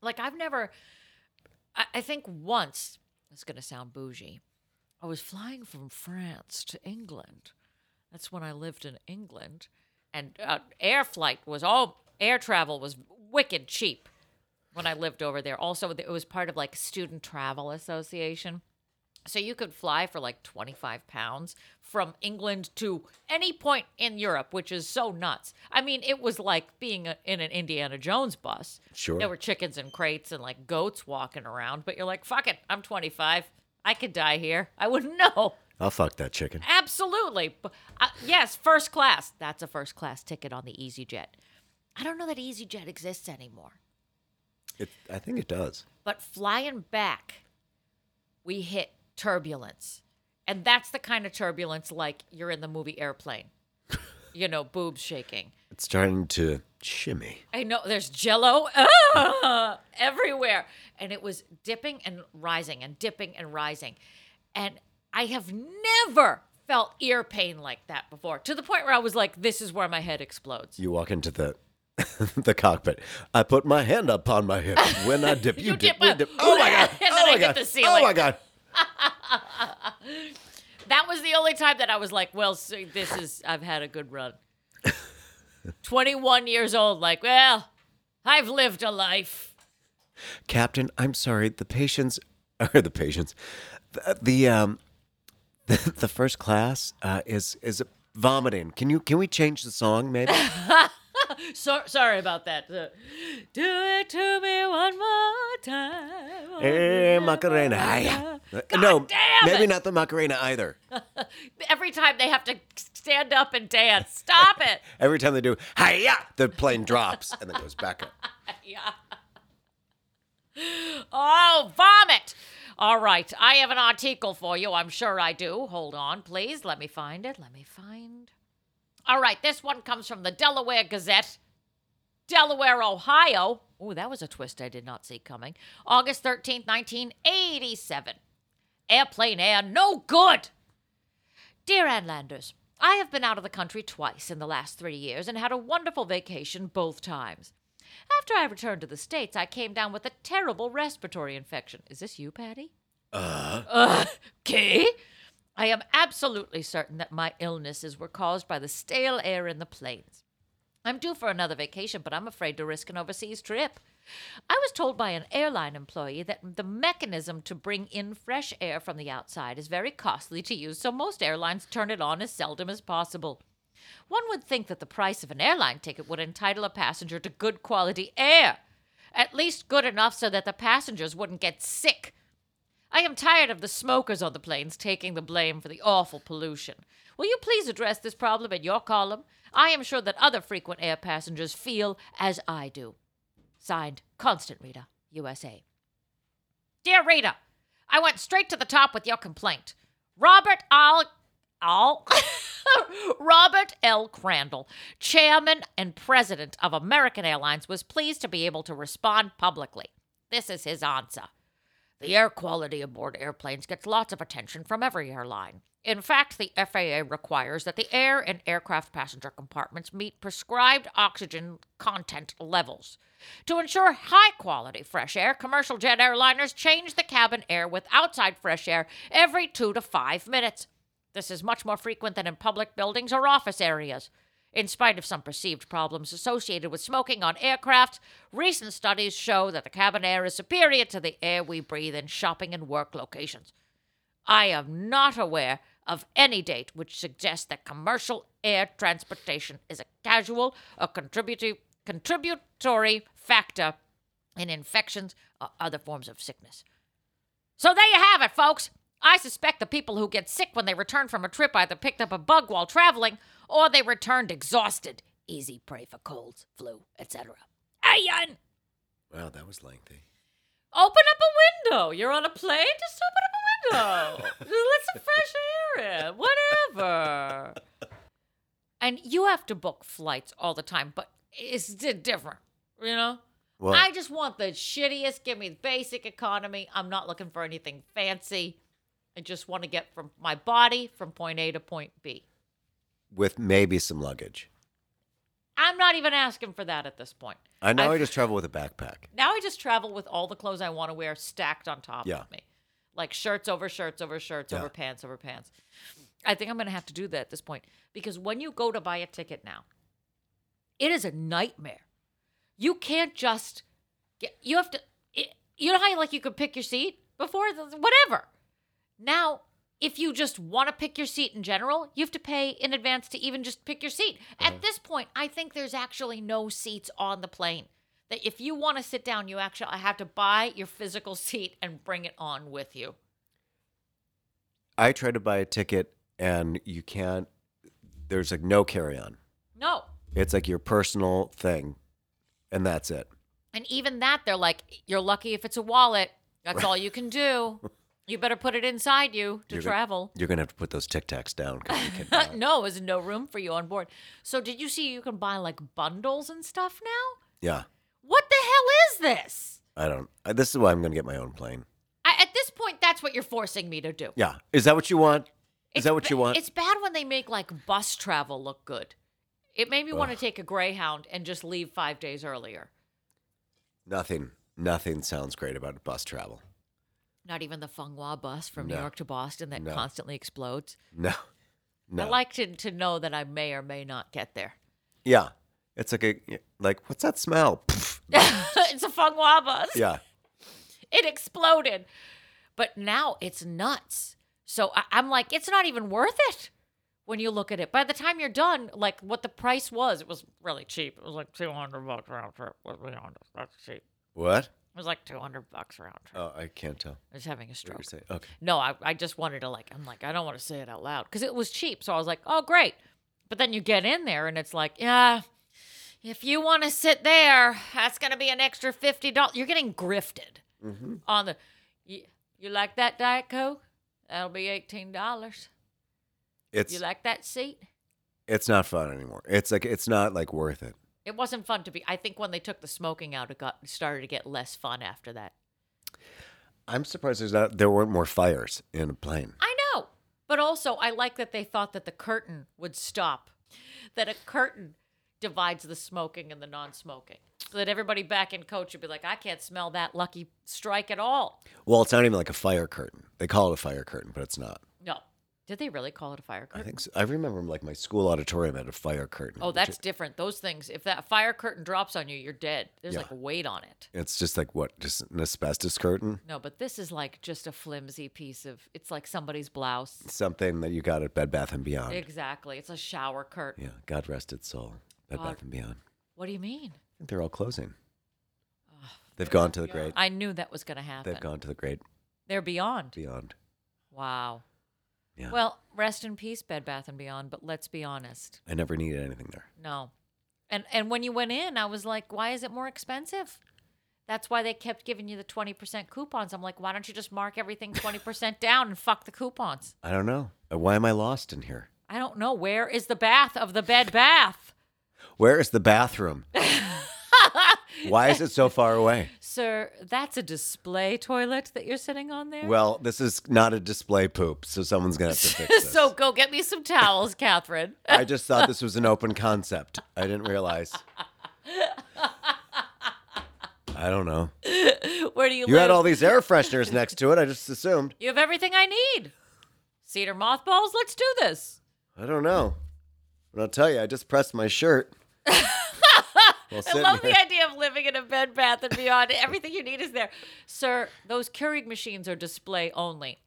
Like I've never. I, I think once it's going to sound bougie. I was flying from France to England. That's when I lived in England, and uh, air flight was all air travel was wicked cheap when I lived over there. Also, it was part of like Student Travel Association. So you could fly for like 25 pounds from England to any point in Europe, which is so nuts. I mean, it was like being a, in an Indiana Jones bus.
Sure.
There were chickens and crates and like goats walking around, but you're like, fuck it, I'm 25. I could die here. I wouldn't know.
I'll fuck that chicken.
Absolutely. B- Uh, yes, first class. That's a first class ticket on the EasyJet. I don't know that EasyJet exists anymore.
It, I think it does.
But flying back, we hit turbulence. And that's the kind of turbulence like you're in the movie Airplane. You know, boobs shaking.
It's starting to shimmy.
I know there's jello ah, everywhere. And it was dipping and rising and dipping and rising. And I have never felt ear pain like that before to the point where I was like, this is where my head explodes.
You walk into the the cockpit. I put my hand upon my hip. When I dip, you,
You
dip.
dip
we
up.
dip. Oh my god!
And then
Oh
I
my
hit
god!
the
Oh
ceiling.
my god!
That was the only time that I was like, well, see, this is, I've had a good run. 21 years old, like, well, I've lived a life.
Captain, I'm sorry. The patients or the patients, the, the um, the, the first class uh, is is vomiting. Can you can we change the song maybe?
So, sorry about that. Uh, Do it to me one more time.
hey, Eh, Macarena. Hiya. Uh, no,
damn
maybe
it.
not the Macarena either.
Every time they have to stand up and dance. Stop it.
Every time they do, hiya, the plane drops and then goes back up.
Oh, vomit. All right. I have an article for you. I'm sure I do. Hold on, please. Let me find it. Let me find. All right. This one comes from the Delaware Gazette, Delaware, Ohio. Oh, that was a twist I did not see coming. August 13th, 1987. Airplane air, no good. Dear Ann Landers, I have been out of the country twice in the last three years and had a wonderful vacation both times. After I returned to the States, I came down with a terrible respiratory infection. Is this you, Patty? Uh. Okay. I am absolutely certain that my illnesses were caused by the stale air in the planes. I'm due for another vacation, but I'm afraid to risk an overseas trip. I was told by an airline employee that the mechanism to bring in fresh air from the outside is very costly to use, so most airlines turn it on as seldom as possible. One would think that the price of an airline ticket would entitle a passenger to good quality air, at least good enough so that the passengers wouldn't get sick. I am tired of the smokers on the planes taking the blame for the awful pollution. Will you please address this problem in your column? I am sure that other frequent air passengers feel as I do. Signed, Constant Rita, USA. Dear Rita, I went straight to the top with your complaint. Robert Al. Al. Robert L. Crandall, chairman and president of American Airlines, was pleased to be able to respond publicly. This is his answer. The air quality aboard airplanes gets lots of attention from every airline. In fact, the FAA requires that the air and aircraft passenger compartments meet prescribed oxygen content levels. To ensure high quality fresh air, commercial jet airliners change the cabin air with outside fresh air every two to five minutes. This is much more frequent than in public buildings or office areas. In spite of some perceived problems associated with smoking on aircraft, recent studies show that the cabin air is superior to the air we breathe in shopping and work locations. I am not aware of any date which suggests that commercial air transportation is a casual or contributi- contributory factor in infections or other forms of sickness. So there you have it, folks. I suspect the people who get sick when they return from a trip either picked up a bug while traveling or they returned exhausted. Easy prey for colds, flu, etc. Ayan!
Wow, that was lengthy.
Open up a window. You're on a plane? Just open up a window. Just Let some fresh air in. Whatever. And you have to book flights all the time, but it's di- different, you know?
Well,
I just want the shittiest. Give me the basic economy. I'm not looking for anything fancy. I just want to get from my body from point A to point B.
with maybe some luggage.
I'm not even asking for that at this point.
I now
I've-
I just travel with a backpack.
Now I just travel with all the clothes I want to wear stacked on top
Yeah.
of me. Like shirts over shirts over shirts over pants over pants. I think I'm going to have to do that at this point because when you go to buy a ticket now, it is a nightmare. You can't just get, you have to, it, you know how you, like you could pick your seat before, the, whatever. Now, if you just want to pick your seat in general, you have to pay in advance to even just pick your seat. At this point, I think there's actually no seats on the plane. That if you want to sit down, you actually have to buy your physical seat and bring it on with you.
I tried to buy a ticket and you can't there's like no carry on.
No.
It's like your personal thing and that's it.
And even that, they're like, you're lucky if it's a wallet. That's all you can do. You better put it inside you to
You're gonna-
travel.
You're gonna have to put those tic tacs down 'cause you cannot.
no, there's no room for you on board. So, did you see you can buy like bundles and stuff now?
yeah.
What the hell is this?
I don't I, this is why I'm gonna get my own plane.
I, at this point, that's what you're forcing me to do.
Yeah. Is that what you want?
It's
Is that what you
ba-
want?
It's bad when they make like bus travel look good. It made me want to take a Greyhound and just leave five days earlier.
Nothing. Nothing sounds great about bus travel.
Not even the Funghua bus from New
No.
York to Boston that
No.
constantly explodes.
No.
I
No.
like to, to know that I may or may not get there.
yeah. It's like a like what's that smell? Pff.
it's a Funghua bus.
yeah.
It exploded. But now it's nuts. So I, I'm like, it's not even worth it when you look at it. By the time you're done, like what the price was, it was really cheap. It was like 200 bucks round trip. Let's be honest, that's cheap.
What?
It was like 200 bucks round trip.
Oh, I can't tell.
I was having a
What
stroke.
you're saying. Okay.
No, I, I just wanted to like, I'm like, I don't want to say it out loud because it was cheap. So I was like, oh, great. But then you get in there and it's like, yeah, if you want to sit there, that's going to be an extra $50. You're getting grifted on the, you, you like that Diet Coke? That'll be $18.
It's
You like that seat?
it's not fun anymore. It's like it's not like worth it.
It wasn't fun to be. I think when they took the smoking out, it got it started to get less fun after that.
I'm surprised there's not there weren't more fires in a plane.
I know. But also, I like that they thought that the curtain would stop, that a curtain divides the smoking and the non smoking. So that everybody back in coach would be like, I can't smell that lucky strike at all.
Well, it's not even like a fire curtain. They call it a fire curtain, but it's not.
No. Did they really call it a fire
I
curtain?
think so. I remember like my school auditorium had a fire curtain.
Oh,
which
that's different. Those things, if that fire curtain drops on you, you're dead. There's
Yeah.
like weight on it.
it's just like what, just an asbestos curtain,
No, but this is like just a flimsy piece of, it's like somebody's blouse.
something that you got at Bed Bath and Beyond.
Exactly. It's a shower curtain.
yeah, God rest its soul. Bed
God.
Bath and Beyond.
What do you mean?
I think they're all closing. They've gone to the great.
I knew that was going to happen.
They've gone to the great
They're beyond.
beyond.
Wow.
Yeah.
Well, rest in peace, Bed Bath and Beyond. But let's be honest,
I never needed anything there.
no. And and when you went in, I was like, why is it more expensive? That's why they kept giving you the twenty percent coupons. I'm like, why don't you just mark everything twenty percent down and fuck the coupons?
I don't know. Uh, Why am I lost in here?
I don't know where is the bath of the Bed Bath,
Where is the bathroom? Why is it so far away?
sir. That's a display toilet that you're sitting on there.
Well, this is not a display poop, so someone's gonna have to fix this.
so go get me some towels, Catherine.
I just thought this was an open concept. I didn't realize. I don't know.
Where do you,
You
live?
had all these air fresheners next to it. I just assumed.
you have everything I need. Cedar mothballs. Let's do this.
I don't know. But I'll tell you, I just pressed my shirt. While
I
sitting
love
here.
the idea of living in a Bed Bath and Beyond. Everything you need is there, sir. Those Keurig machines are display only.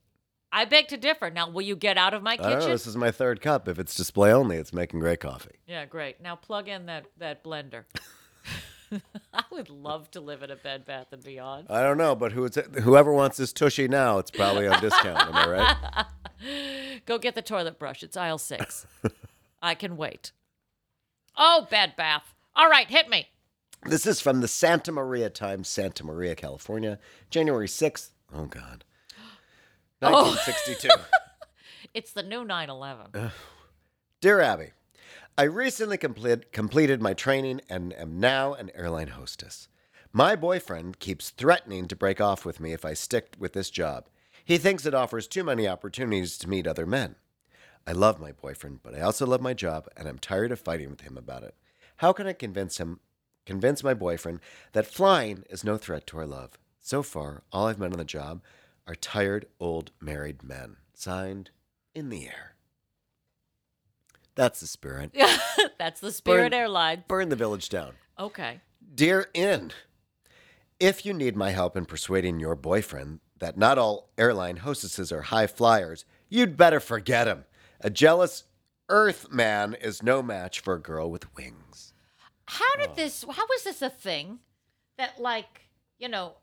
I beg to differ. Now, will you get out of my
I don't know.
kitchen?
This is my third cup. If it's display only, it's making great coffee.
Yeah, great. Now plug in that that blender. I would love to live in a Bed Bath and Beyond.
I don't know, but who it's, whoever wants this tushy now, it's probably on discount. Am I right?
Go get the toilet brush. It's aisle six. I can wait. Oh, Bed Bath. All right, hit me.
This is from the Santa Maria Times, Santa Maria, California, January 6th. Oh, God.
Oh.
1962.
It's the new 911.
Dear Abby, I recently complete, completed my training and am now an airline hostess. My boyfriend keeps threatening to break off with me if I stick with this job. He thinks it offers too many opportunities to meet other men. I love my boyfriend, but I also love my job, and I'm tired of fighting with him about it. How can I convince him, convince my boyfriend, that flying is no threat to our love? So far, all I've met on the job are tired old married men. Signed, in the air. That's the spirit.
That's the Spirit
Burn-
Airline.
Burn the village down.
Okay.
Dear Inn, if you need my help in persuading your boyfriend that not all airline hostesses are high flyers, you'd better forget him. A jealous earth man is no match for a girl with wings.
How did this? How was this a thing? That like you know,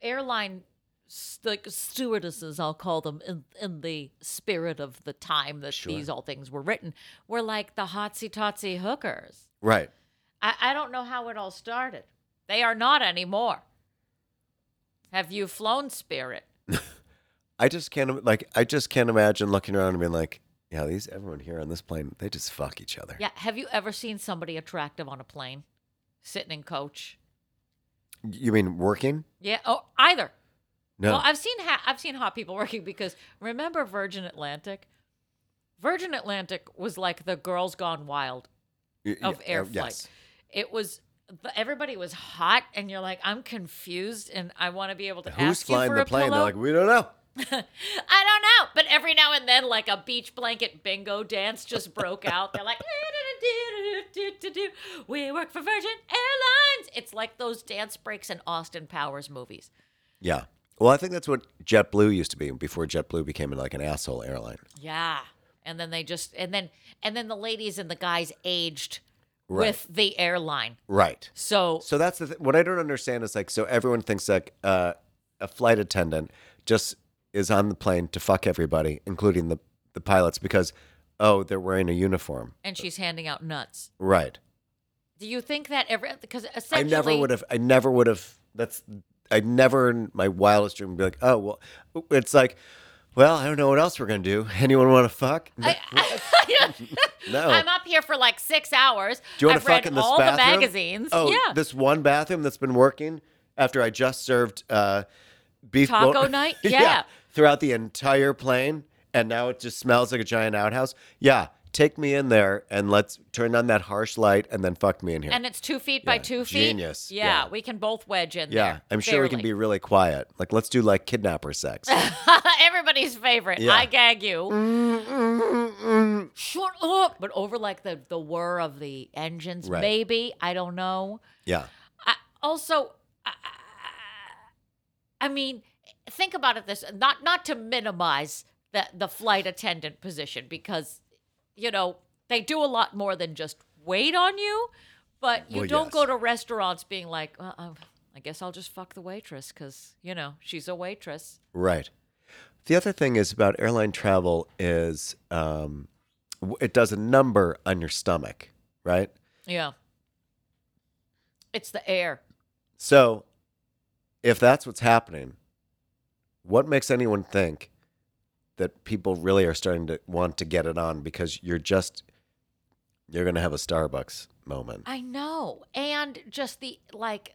airline st- like stewardesses, I'll call them in in the spirit of the time that
Sure.
these all things were written, were like the hotsy totsy hookers.
Right.
I, I don't know how it all started. They are not anymore. Have you flown Spirit?
I just can't like I just can't imagine looking around and being like, yeah, these everyone here on this plane, they just fuck each other.
Yeah. Have you ever seen somebody attractive on a plane, sitting in coach?
You mean working?
Yeah. Oh, either.
No.
Well, I've seen ha- I've seen hot people working because remember Virgin Atlantic? Virgin Atlantic was like the girls gone wild
Y- y-
of
uh,
air flight.
yes.
It was th- everybody was hot, and you're like, I'm confused, and I want to be able to
Who's
ask you
flying
for
the
a
plane?
pillow.
They're like, we don't know.
I don't know, but every now and then, like a beach blanket bingo dance just broke out. They're like, "Eh, "Do-do-do-do-do-do-do-do. we work for Virgin Airlines. It's like those dance breaks in Austin Powers movies.
Yeah. Well, I think that's what JetBlue used to be before JetBlue became like an asshole airline.
Yeah. And then they just and then and then the ladies and the guys aged
Right.
with the airline.
Right.
So
So that's the th- what I don't understand is like so everyone thinks like uh, a flight attendant just is on the plane to fuck everybody, including the the pilots, because oh they're wearing a uniform,
and she's handing out nuts.
right?
Do you think that every because
I
essentially
never would have. I never would have. That's I never in my wildest dream would be like oh well, it's like well I don't know what else we're gonna do. Anyone want to fuck?
I,
no.
am up here for like six hours.
do you want
I've
to fuck
read
in this
all
bathroom?
the magazines.
Oh,
yeah.
this one bathroom that's been working after I just served uh, beef
Taco
bone-
night?
yeah.
Yeah.
throughout the entire plane, and now it just smells like a giant outhouse. Yeah, take me in there and let's turn on that harsh light, and then fuck me in here.
and it's two feet by
Yeah,
two feet.
genius,
Yeah,
yeah.
we can both wedge in
yeah,
there.
I'm sure we can
barely.
be really quiet. Like let's do like kidnapper sex.
Everybody's favorite.
Yeah. Mm,
I gag you. Shut up. But over like the, the whir of the engines,
Right.
maybe. I don't know.
yeah,
I, also, I, I mean, think about it this not not to minimize the, the flight attendant position because, you know, they do a lot more than just wait on you, but you
Well,
don't
yes.
go to restaurants being like, well, um, I guess I'll just fuck the waitress because, you know, she's a waitress.
right. The other thing is about airline travel is um, w- it does a number on your stomach, right?
Yeah. It's the air.
So, if that's what's happening, what makes anyone think that people really are starting to want to get it on because you're just you're going to have a Starbucks moment.
I know. And just the like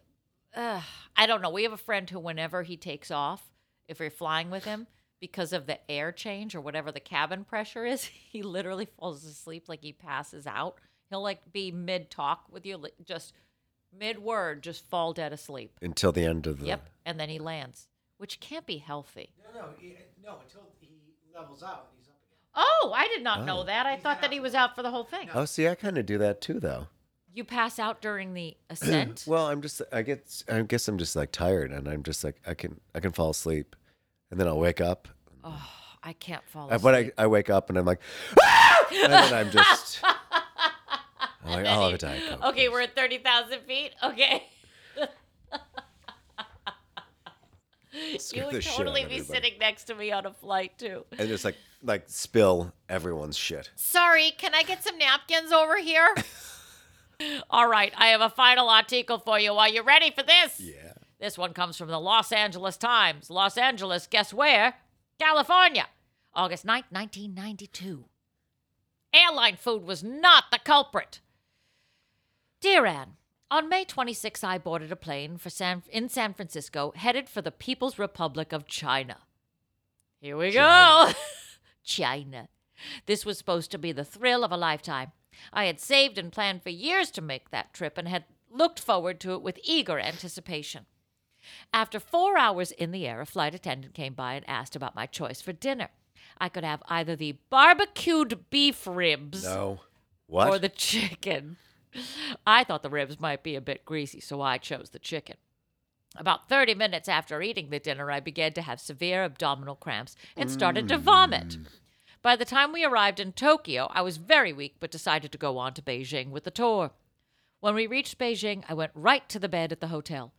uh, I don't know. We have a friend who whenever he takes off, if you're flying with him, because of the air change or whatever the cabin pressure is, he literally falls asleep like he passes out. He'll like be mid talk with you, like, just mid word, just fall dead asleep.
Until the end of the
Yep. And then he lands, which can't be healthy.
No, no, he, no. Until he levels out, he's up again.
Oh, I did not know that. I thought that he was out for the whole thing.
Oh, see, I kind of do that too, though.
You pass out during the ascent.
Well, I'm just I get I guess I'm just like tired, and I'm just like I can I can fall asleep, and then I'll wake up.
Oh, I can't fall
Uh,
asleep.
But I, I wake up and I'm like, "Ah!" and then I'm just I'm like "Oh, I'll have a diet coke.
okay, we're at 30,000 feet. Okay. you
Scare
would
the shit out of
totally be
everybody.
sitting next to me on a flight, too.
and just like like spill everyone's shit.
Sorry, can I get some napkins over here? All right, I have a final article for you. Are you ready for this?
Yeah.
This one comes from the Los Angeles Times. Los Angeles, guess where? California. August 9th, 1992. Airline food was not the culprit. Dear Anne, on May 26, I boarded a plane for San, in San Francisco headed for the People's Republic of China. Here we go. China. This was supposed to be the thrill of a lifetime. I had saved and planned for years to make that trip and had looked forward to it with eager anticipation. After four hours in the air, a flight attendant came by and asked about my choice for dinner. I could have either the barbecued beef ribs
No. What?
or the chicken. I thought the ribs might be a bit greasy, so I chose the chicken. About 30 minutes after eating the dinner, I began to have severe abdominal cramps and started to vomit. By the time we arrived in Tokyo, I was very weak but decided to go on to Beijing with the tour. When we reached Beijing, I went right to the bed at the hotel.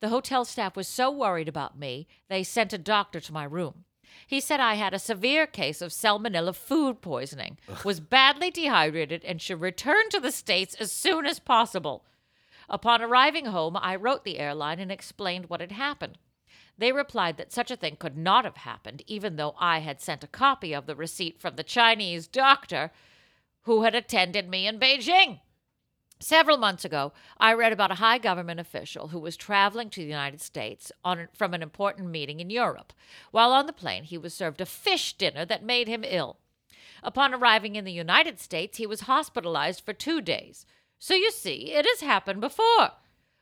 The hotel staff was so worried about me, they sent a doctor to my room. He said I had a severe case of salmonella food poisoning, was badly dehydrated, and should return to the States as soon as possible. Upon arriving home, I wrote the airline and explained what had happened. They replied that such a thing could not have happened, even though I had sent a copy of the receipt from the Chinese doctor who had attended me in Beijing. Several months ago, I read about a high government official who was traveling to the United States on, from an important meeting in Europe. While on the plane, he was served a fish dinner that made him ill. Upon arriving in the United States, he was hospitalized for two days. So you see, it has happened before.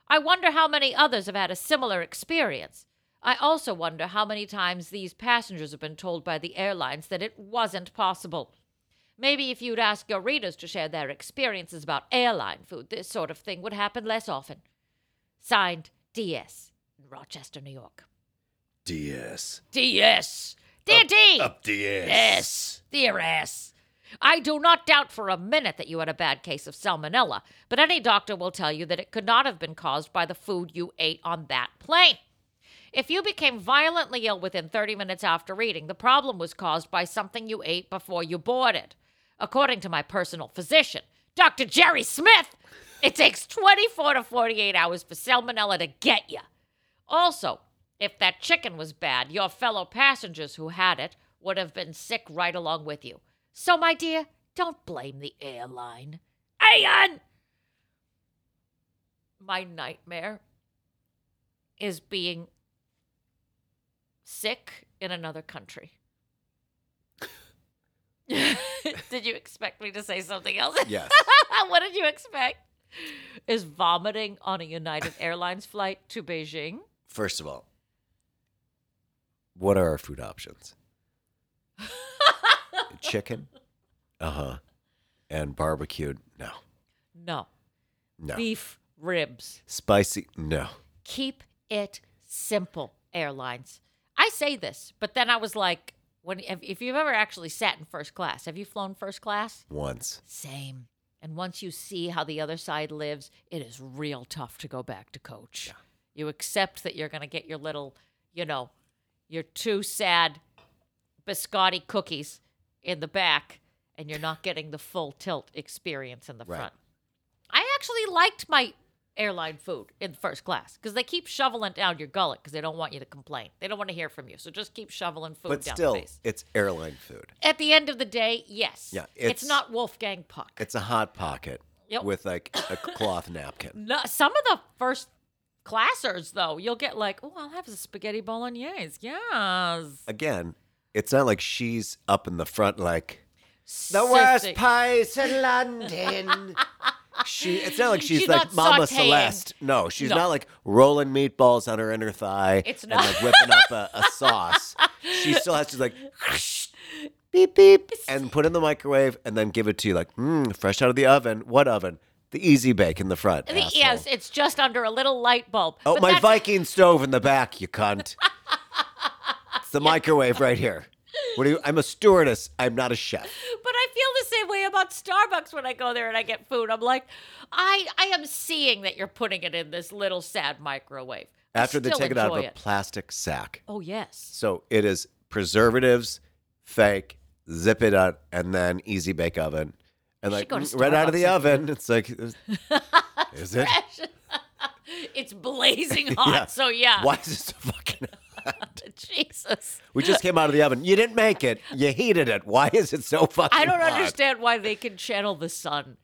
I wonder how many others have had a similar experience. I also wonder how many times these passengers have been told by the airlines that it wasn't possible. Maybe if you'd ask your readers to share their experiences about airline food, this sort of thing would happen less often. Signed, DS, in Rochester, New York.
DS.
DS! Dear D!
Up DS.
Yes, dear ass. I do not doubt for a minute that you had a bad case of salmonella, but any doctor will tell you that it could not have been caused by the food you ate on that plane. If you became violently ill within 30 minutes after eating, the problem was caused by something you ate before you boarded. According to my personal physician, Dr. Jerry Smith, it takes 24 to 48 hours for salmonella to get you. Also, if that chicken was bad, your fellow passengers who had it would have been sick right along with you. So, my dear, don't blame the airline. Aeon! My nightmare is being sick in another country. did you expect me to say something else?
Yes.
what did you expect? Is vomiting on a United Airlines flight to Beijing?
First of all, what are our food options? Chicken? Uh huh. And barbecued? No.
No.
No.
Beef ribs.
Spicy? No.
Keep it simple, airlines. I say this, but then I was like, when if, if you've ever actually sat in first class, have you flown first class?
Once.
Same. And once you see how the other side lives, it is real tough to go back to coach. You accept that you're going to get your little, you know, your two sad biscotti cookies in the back, and you're not getting the full tilt experience in the
Right.
front. I actually liked my airline food in first class because they keep shoveling down your gullet because they don't want you to complain. They don't want to hear from you. So just keep shoveling food
But
down
still,
the face.
it's airline food.
At the end of the day, yes.
Yeah,
it's,
it's-
not Wolfgang Puck.
It's a hot pocket
Yep. Mm.
with like a cloth napkin.
No, some of the first classers though, you'll get like, oh, I'll have a spaghetti bolognese. Yes.
Again, it's not like she's up in the front like the
Sissy.
worst pies in London. she it's not like she's,
She's
like
not
Mama
sautéing.
Celeste. No, she's
No.
not like rolling meatballs on her inner thigh
It's
and
not.
like whipping up a, a sauce. She still has to like beep beep and put in the microwave and then give it to you like mm, fresh out of the oven. What oven? The easy bake in the front.
I think-
asshole.
yes, it's just under a little light bulb.
Oh,
But
my
that's-
Viking stove in the back, you cunt. it's the microwave right here. What do you? I'm a stewardess. I'm not a chef.
But I feel the same way about Starbucks when I go there and I get food. I'm like, I I am seeing that you're putting it in this little sad microwave. I
After they
still
take it out of
enjoy
a plastic sack,
Oh yes.
so it is preservatives, fake, zip it up, and then easy bake oven, and
We
like
should go to
mm, right out of the
Starbucks
oven. It's like, is is it?
it's blazing hot, so yeah.
Why is it so fucking?
Jesus.
We just came out of the oven. You didn't make it. You heated it. Why is it so fucking?
I don't
hot?
understand why they can channel the sun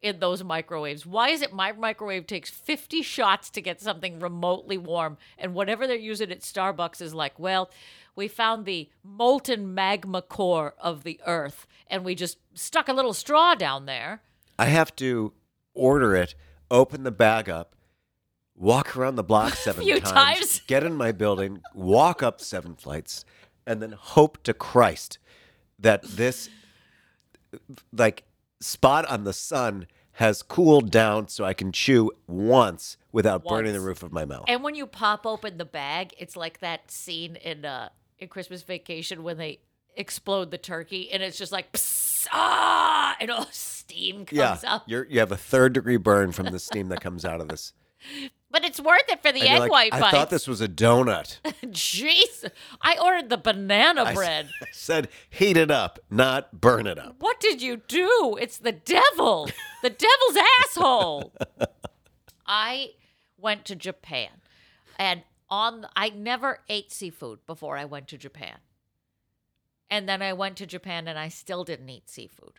in those microwaves. Why is it my microwave takes 50 shots to get something remotely warm and whatever they're using at Starbucks is like, well, we found the molten magma core of the earth and we just stuck a little straw down there.
I have to order it, open the bag up, walk around the block seven
Few
times,
times.
get in my building, walk up seven flights, and then hope to Christ that this like spot on the sun has cooled down so I can chew once without burning the
Once.
roof of my mouth.
And when you pop open the bag, it's like that scene in uh in Christmas Vacation when they explode the turkey, and it's just like psst, ah, and all steam
yeah,
comes up.
you're, you have a third degree burn from the steam that comes out of this.
But it's worth it for the
And you're
egg
like,
white
I
bites.
thought this was a donut.
Jeez, I ordered the banana
I
bread.
said heat it up, not burn it up.
What did you do? It's the devil. The devil's asshole. I went to Japan and on I never ate seafood before I went to Japan. And then I went to Japan and I still didn't eat seafood.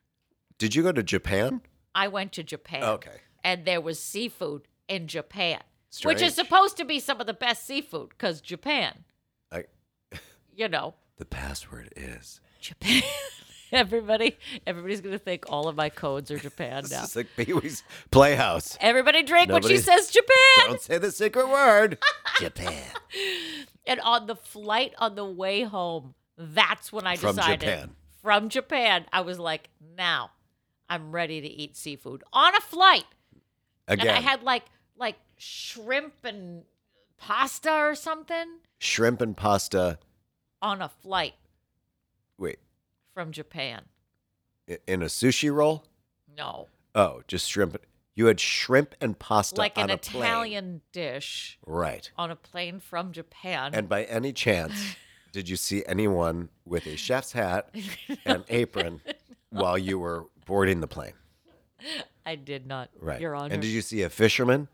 Did you go to Japan?
I went to Japan.
Okay.
And there was seafood in Japan, which
Strange.
is supposed to be some of the best seafood cuz Japan,
I,
you know.
the password is.
Japan. Everybody everybody's going to think all of my codes are Japan
This
now.
is like Pee Wee's Playhouse.
Everybody drink when she
Nobody-
says Japan.
Don't say the secret word. Japan.
And on the flight on the way home, that's when I
From
decided
Japan.
from Japan, I was like, now I'm ready to eat seafood on a flight.
Again,
And I had like like shrimp and pasta or something
shrimp and pasta.
on a flight
Wait,
from Japan.
i- in a sushi roll?
No.
Oh, just shrimp. You had shrimp and pasta
like
on
an
a plane.
Italian dish
Right.
on a plane from Japan.
And by any chance, did you see anyone with a chef's hat and apron while you were boarding the plane?
I did not.
Right.
Your Honor.
And did you see a fisherman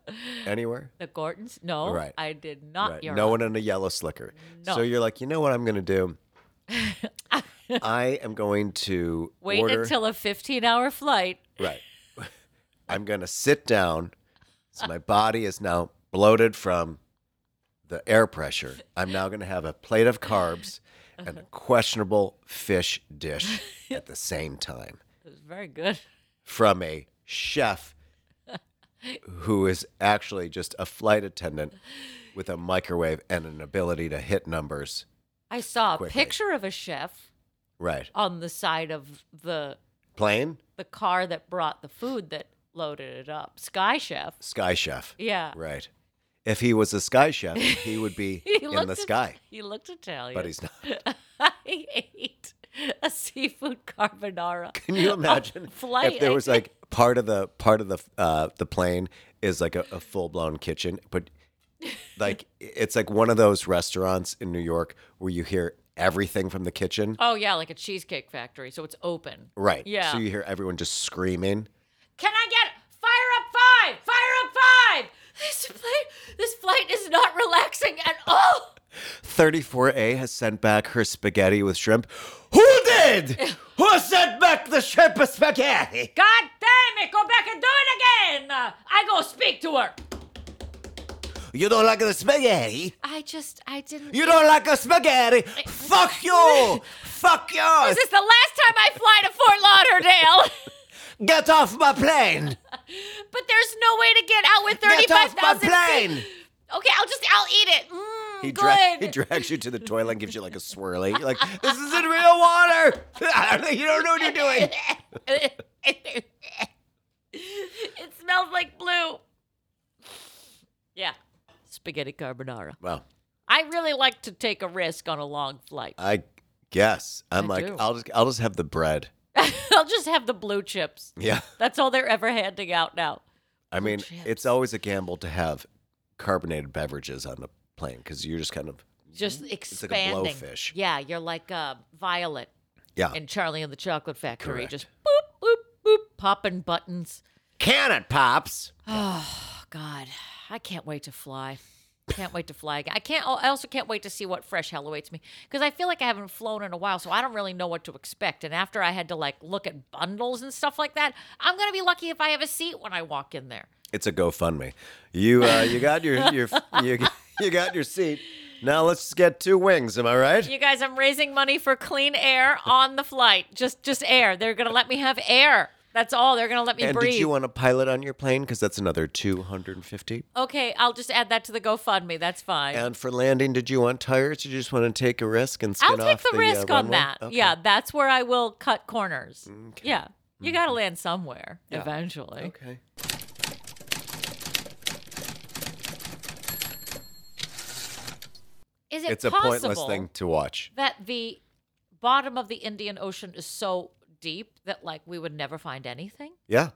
anywhere?
the Gordons? No.
Right.
I did not.
right.
Your
No
Honor.
one in a yellow slicker.
Uh, No.
So you're like, you know what I'm going to do? I am going to
Wait
order.
until a 15 hour flight.
right. I'm going to sit down. So my body is now bloated from the air pressure. I'm now going to have a plate of carbs and a questionable fish dish at the same time
It was very good.
from a chef who is actually just a flight attendant with a microwave and an ability to hit numbers.
I saw a
Quickly.
picture of a chef
Right.
on the side of the
Plane,
the car that brought the food that loaded it up. Sky Chef.
sky chef.
Yeah.
Right. If he was a sky chef, he would be
He
in
looked
the
It-
sky,
he looked Italian.
but he's not.
I ate a seafood carbonara.
Can you imagine
flight,
if there
I
was like part of the part of the uh, the plane is like a, a full blown kitchen, but like it's like one of those restaurants in New York where you hear everything from the kitchen.
Oh yeah, like a cheesecake factory. So it's open.
Right.
Yeah.
So you hear everyone just screaming.
Can I get fire up five? Fire up five! This flight, this flight is not relaxing at all.
34A has sent back her spaghetti with shrimp. Who did? Who sent back the shrimp with spaghetti?
God damn it! Go back and do it again. Uh, I go speak to her.
You don't like the spaghetti?
I just, I didn't.
You don't like the spaghetti? Fuck you! Fuck you!
This is the last time I fly to Fort Lauderdale.
Get off my plane!
but there's no way to get out with
Get off my
35,000
plane!
feet. Okay, I'll just, I'll eat it. Mm,
He,
good.
dra- he drags you to the toilet and gives you like a swirly. You're like, this isn't real water! I don't think you don't know what you're doing.
it smells like blue. Yeah, spaghetti carbonara.
Well,
I really like to take a risk on a long flight.
I guess. I'm
I
like,
do.
I'll just I'll just have the bread.
I'll just have the blue chips.
Yeah.
That's all they're ever handing out now.
I mean,
chips.
it's always a gamble to have carbonated beverages on the plane because you're just kind of
Just
like a
expanding.
blowfish.
Yeah, you're like uh, Violet
yeah.
in Charlie and the Chocolate Factory.
Correct.
Just boop, boop, boop, popping buttons.
Can it pops?
Oh, God. I can't wait to fly. Can't wait to fly again. I can't. I also can't wait to see what fresh hell awaits me because I feel like I haven't flown in a while, so I don't really know what to expect. And after I had to like look at bundles and stuff like that, I'm gonna be lucky if I have a seat when I walk in there.
It's a GoFundMe. You uh, you got your your you, you got your seat. Now let's get two wings. Am I right?
You guys, I'm raising money for clean air on the flight. Just just air. They're gonna let me have air. That's all. They're gonna let me
and
breathe.
did you want a pilot on your plane? Because that's another 250.
okay, I'll just add that to the GoFundMe. That's fine.
And for landing, did you want tires? Did you just want to take a risk and
I'll
skin
take
off
the,
the,
risk
uh,
on
runway?
that.
Okay.
Yeah, that's where I will cut corners.
Okay. Mm-hmm.
Yeah, you gotta land somewhere
Yeah.
eventually.
Okay.
Is it
it's a
possible
pointless thing to watch.
that the bottom of the Indian Ocean is so deep that like we would never find anything?
Yeah.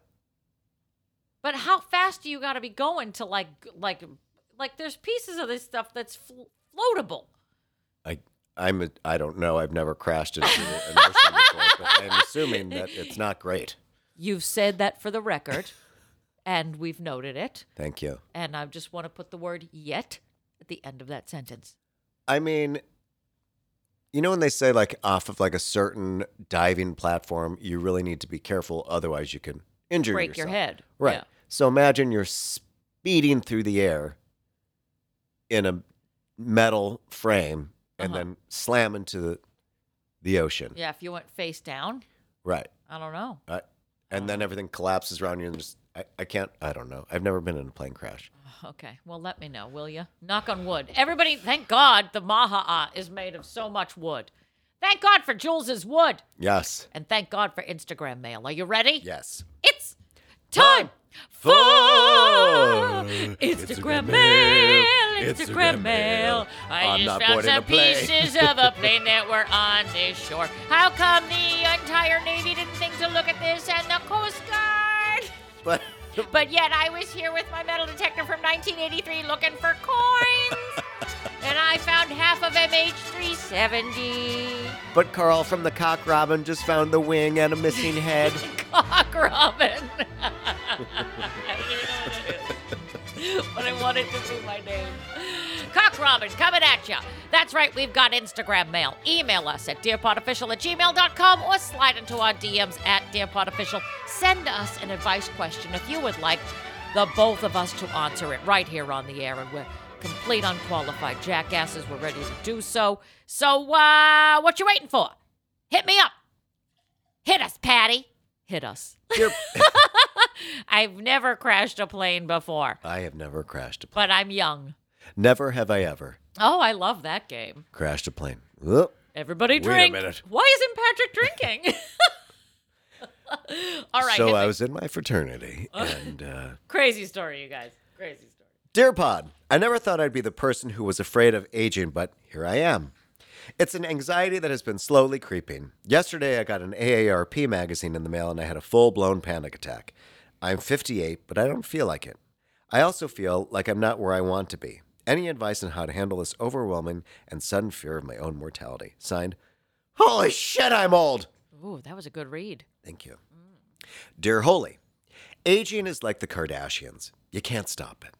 But how fast do you got to be going to like g- like like there's pieces of this stuff that's fl- floatable.
I I'm a, I don't know. I've never crashed into an ocean before, but I'm assuming that it's not great.
You've said that for the record, and we've noted it.
Thank you.
And I just want to put the word yet at the end of that sentence.
I mean, you know when they say like off of like a certain diving platform, you really need to be careful, otherwise you can injure
Break your
yourself.
head.
Right.
Yeah.
So imagine you're speeding through the air in a metal frame and
Uh-huh.
then slam into the the ocean.
Yeah, if you went face down,
Right.
I don't know.
I, and
Uh-huh.
then everything collapses around you and just I, I can't I don't know. I've never been in a plane crash.
Okay, well, let me know, will you? Knock on wood. Everybody, thank God the Maha'a is made of so much wood. Thank God for Jules's wood.
Yes.
And thank God for Instagram mail. Are you ready?
Yes.
It's time for Instagram, mail. Instagram mail. I
I'm
just
not
found
boarding
some
a plane.
pieces of a plane that were on this shore. How come the entire Navy didn't think to look at this and the Coast Guard?
But
But yet I was here with my metal detector from 1983 looking for coins. and I found half of MH370.
but Carl from the cock robin just found the wing and a missing head.
Cock Robin. but I want it to be my name. Cock Robin coming at ya. That's right, we've got Instagram mail. Email us at dearpodofficial at gmail.com or slide into our DMs at dearpodofficial. Send us an advice question if you would like the both of us to answer it right here on the air and we're complete unqualified jackasses. We're ready to do so. So uh, what you waiting for? Hit me up. Hit us, Patty. Hit us.
You're-
I've never crashed a plane before,
I have never crashed a plane.
but I'm young.
Never have I ever
Oh, I love that game.
crashed a plane. Whoop.
Everybody
a
drink.
minute.
Why isn't Patrick drinking? All right.
so
hit
I
me.
was in my fraternity and uh,
Crazy story, you guys. Crazy story.
Dear Pod, I never thought I'd be the person who was afraid of aging, but here I am. It's an anxiety that has been slowly creeping. Yesterday, I got an AARP magazine in the mail and I had a full blown panic attack. I'm 58, but I don't feel like it. I also feel like I'm not where I want to be. Any advice on how to handle this overwhelming and sudden fear of my own mortality? Signed, Holy shit, I'm old!
Ooh, that was a good read.
Thank you. Dear Holy, aging is like the Kardashians. You can't stop it.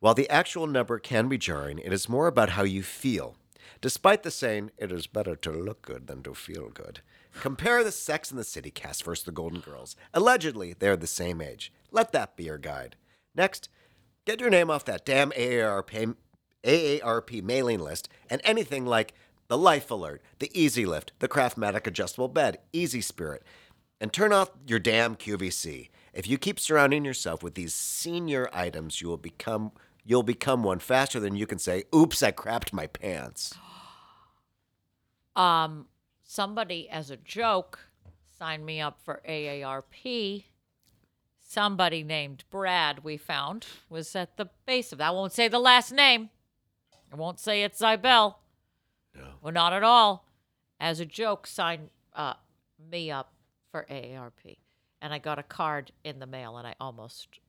While the actual number can be jarring, it is more about how you feel. Despite the saying, it is better to look good than to feel good. Compare the Sex and the City cast versus the Golden Girls. Allegedly, they are the same age. Let that be your guide. Next, get your name off that damn AARP, AARP mailing list and anything like the Life Alert, the Easy Lift, the Craftmatic Adjustable Bed, Easy Spirit, and turn off your damn QVC. If you keep surrounding yourself with these senior items, you will become you'll become one faster than you can say, "Oops, I crapped my pants."
Um, somebody as a joke signed me up for AARP. Somebody named Brad we found was at the base of that. I won't say the last name. I won't say it's Zybel.
No.
Well, not at all. As a joke, signed uh, me up for AARP. And I got a card in the mail and I almost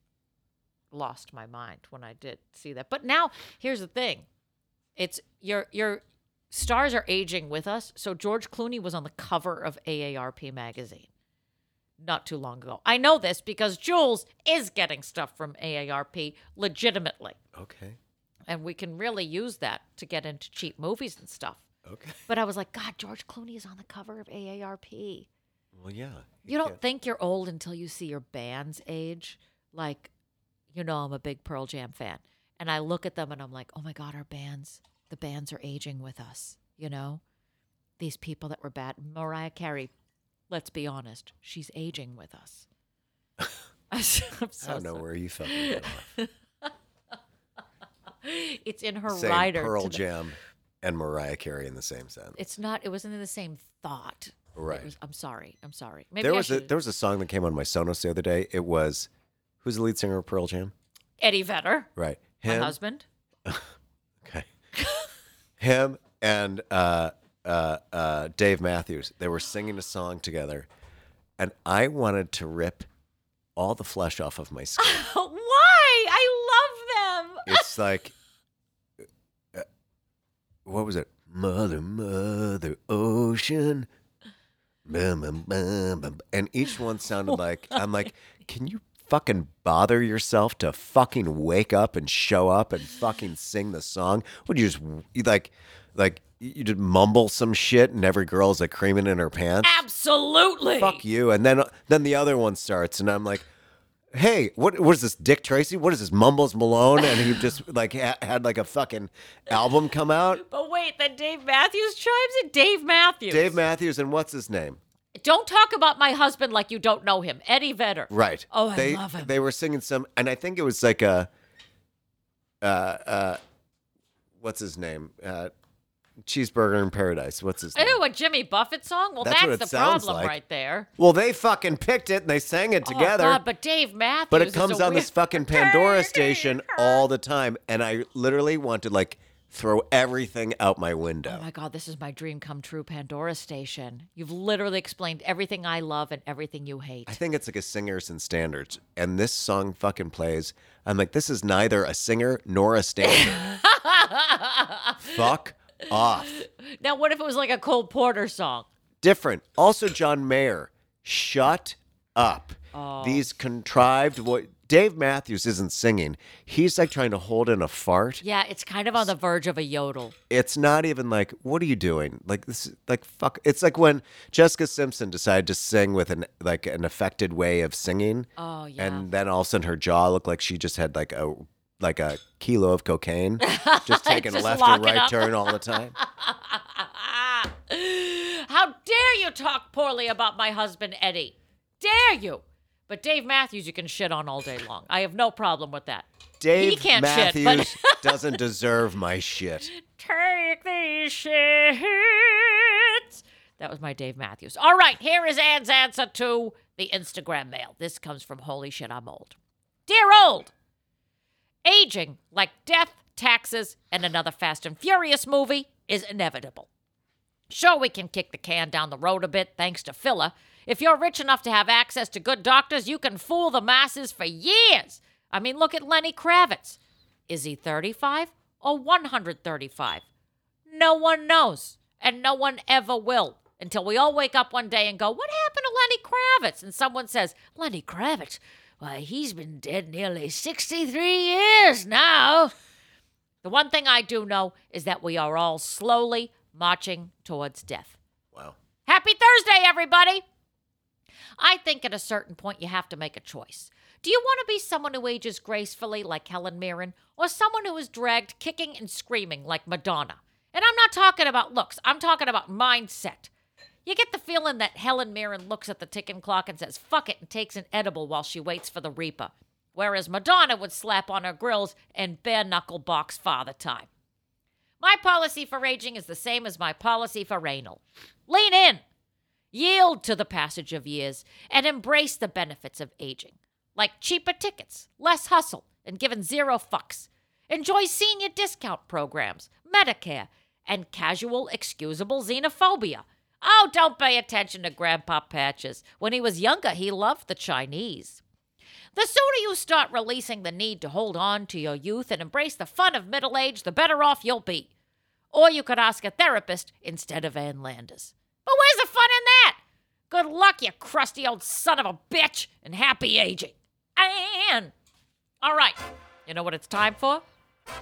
lost my mind when I did see that. But now here's the thing. It's your your stars are aging with us. So George Clooney was on the cover of AARP magazine not too long ago. I know this because Jules is getting stuff from AARP legitimately.
Okay.
And we can really use that to get into cheap movies and stuff.
Okay.
But I was like, God, George Clooney is on the cover of AARP.
Well, yeah.
You don't think you're old until you see your band's age. Like, you know, I'm a big Pearl Jam fan. And I look at them and I'm like, oh my God, our bands, the bands are aging with us. You know, these people that were bad. Mariah Carey let's be honest, she's aging with us. I'm so
I don't know
sorry.
where you felt that
It's in her
Saying
rider.
Pearl
today.
Jam and Mariah Carey in the same sentence.
It's not. It wasn't in the same thought. It
Right.
was- I'm sorry. I'm sorry. Maybe
there
I
was a
should-
there was a song that came on my Sonos the other day. It was who's the lead singer of Pearl Jam?
Eddie Vedder,
Right.
my
Him.
husband.
Okay. Him and uh, uh, uh, Dave Matthews. They were singing a song together, and I wanted to rip all the flesh off of my skin.
Why? I love them.
it's like uh, what was it mother mother ocean Bum, bum, bum, bum. and each one sounded like i'm like can you fucking bother yourself to fucking wake up and show up and fucking sing the song would you just you like like you just mumble some shit and every girl's like creaming in her pants
Absolutely.
fuck you and then then the other one starts and i'm like hey what was this dick tracy what is this mumbles malone and he just like ha- had like a fucking album come out
But wait, then Dave Matthews chimes in. Dave Matthews.
dave matthews and what's his name
don't talk about my husband like you don't know him. Eddie Vedder.
right
Oh, I
they,
love him.
they were singing some and i think it was like a uh uh what's his name uh cheeseburger in paradise what's his name
Ew, a Jimmy Buffett song? Well,
That's
that's,
what it
the
sounds
problem
like.
right there.
well they fucking picked it and they sang it together
Oh, God, but Dave Matthews.
But
is
it
a
comes on this
weird-
fucking Pandora station all the time, and I literally want to like throw everything out my
Oh
window.
my God, this is my dream come true Pandora station. You've literally explained everything I love and everything you hate.
I think it's like a singers and standards, and this song fucking plays. I'm like, this is neither a singer nor a standard. Fuck off.
Now, what if it was like a Cole Porter song?
Different. Also, John Mayer, shut up.
Oh.
These contrived voice. Dave Matthews isn't singing. He's like trying to hold in a fart.
Yeah, it's kind of on the verge of a yodel.
it's not even like what are you doing like this is- like fuck it's like when jessica simpson decided to sing with an like an affected way of singing
Oh, yeah.
and then all of a sudden her jaw looked like she just had like a like a kilo of cocaine just taking
Just
a left
lock it
and right
up.
turn all the time
How dare you talk poorly about my husband, Eddie? Dare you? But Dave Matthews, you can shit on all day long. I have no problem with that.
dave
can't shit, but-
matthews doesn't deserve my shit
Take these shits. That was my Dave Matthews. All right, here is Ann's answer to the Instagram mail. This comes from Holy Shit, I'm Old. Dear Old, aging like death, taxes, and another Fast and Furious movie is inevitable. Sure, we can kick the can down the road a bit thanks to filler. If you're rich enough to have access to good doctors, you can fool the masses for years. I mean, look at Lenny Kravitz. Is he 35 or 135? No one knows, and no one ever will until we all wake up one day and go, What happened to Lenny Kravitz? And someone says, Lenny Kravitz? Why, he's been dead nearly 63 years now. The one thing I do know is that we are all slowly marching towards death.
wow
Happy Thursday, everybody! I think at a certain point you have to make a choice. Do you want to be someone who ages gracefully like Helen Mirren, or someone who is dragged kicking and screaming like Madonna? And I'm not talking about looks, I'm talking about mindset. You get the feeling that Helen Mirren looks at the ticking clock and says, fuck it, and takes an edible while she waits for the Reaper, whereas Madonna would slap on her grills and bare knuckle box father time. My policy for aging is the same as my policy for anal. Lean in, yield to the passage of years, and embrace the benefits of aging, like cheaper tickets, less hustle, and given zero fucks. Enjoy senior discount programs, Medicare, and casual excusable xenophobia. Oh, don't pay attention to Grandpa Patches. When he was younger, he loved the Chinese. The sooner you start releasing the need to hold on to your youth and embrace the fun of middle age, the better off you'll be. Or you could ask a therapist instead of Ann Landers. But where's the fun in that? Good luck, you crusty old son of a bitch, and happy aging. Ann! All right, you know what it's time for?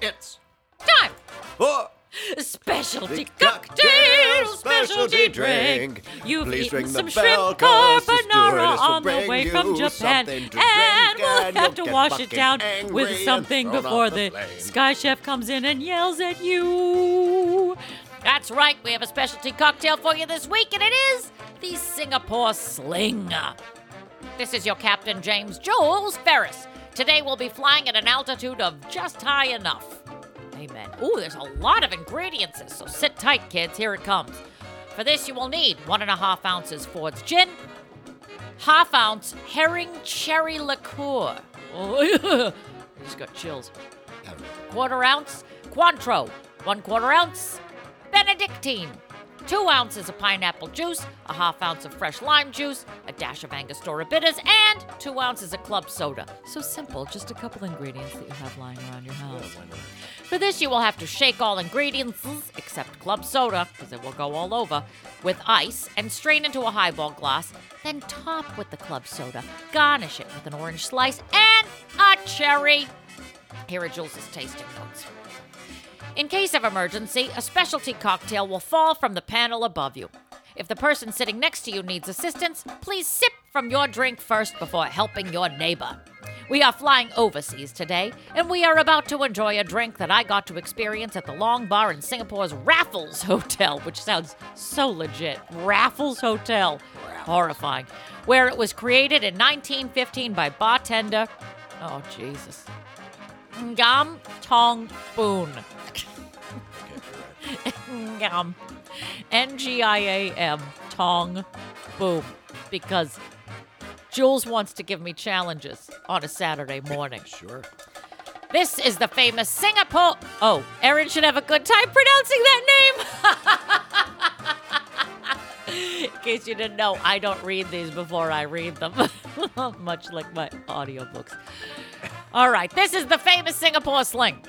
it's
Time!
oh,
Specialty
The
cocktail,
cocktail
specialty
specialty
drink.
drink.
You've
Please
eaten
ring the
some
bell,
shrimp
'cause
carbonara
this stewardess will
on the
bring
way
you
from Japan,
something to
and
drink,
we'll
and
have
you'll
to
get
wash it
fucking
down
angry
with
and
something
thrown off
before
the
the,
plane.
sky chef comes in and yells at you. That's right, we have a specialty cocktail for you this week, and it is the Singapore Sling. This is your Captain James Jules Ferris. Today we'll be flying at an altitude of just high enough. Amen. Ooh, there's a lot of ingredients, so sit tight, kids. Here it comes. For this, you will need one and a half ounces Ford's gin, half ounce herring cherry liqueur. Oh, I just got chills. Quarter ounce Cointreau, one quarter ounce Benedictine, two ounces of pineapple juice, a half ounce of fresh lime juice, a dash of Angostura bitters, and two ounces of club soda. So simple, just a couple ingredients that you have lying around your house. For this, you will have to shake all ingredients except club soda, because it will go all over, with ice and strain into a highball glass. Then top with the club soda, garnish it with an orange slice and a cherry. Here are Jules' tasting notes. In case of emergency, a specialty cocktail will fall from the panel above you. If the person sitting next to you needs assistance, please sip from your drink first before helping your neighbor. We are flying overseas today, and we are about to enjoy a drink that I got to experience at the Long Bar in Singapore's Raffles Hotel, which sounds so legit. Raffles Hotel. Horrifying. Where it was created in 1915 by bartender. Oh, Jesus. Ngam Tong Boon. Ngam. N G I A M. Tong Boom. Because Jules wants to give me challenges on a Saturday morning.
Sure.
This is the famous Singapore. Oh, Erin should have a good time pronouncing that name. In case you didn't know, I don't read these before I read them, much like my audiobooks. All right, this is the famous Singapore sling.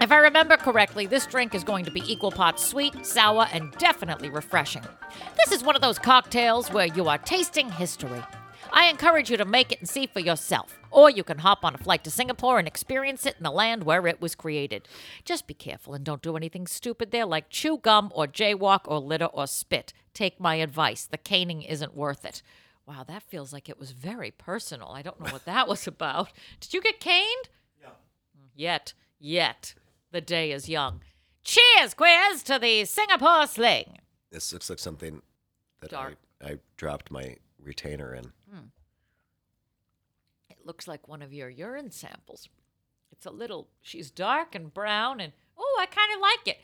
If I remember correctly, this drink is going to be equal parts sweet, sour, and definitely refreshing. This is one of those cocktails where you are tasting history. I encourage you to make it and see for yourself, or you can hop on a flight to Singapore and experience it in the land where it was created. Just be careful and don't do anything stupid there like chew gum or jaywalk or litter or spit. Take my advice, the caning isn't worth it. Wow, that feels like it was very personal. I don't know what that was about. Did you get caned? Yet, yet, the day is young. Cheers, quiz, to the Singapore sling.
This looks like something that I,
Dark.
I dropped my retainer in.
It looks like one of your urine samples. It's a little, she's dark and brown, and oh, I kind of like it.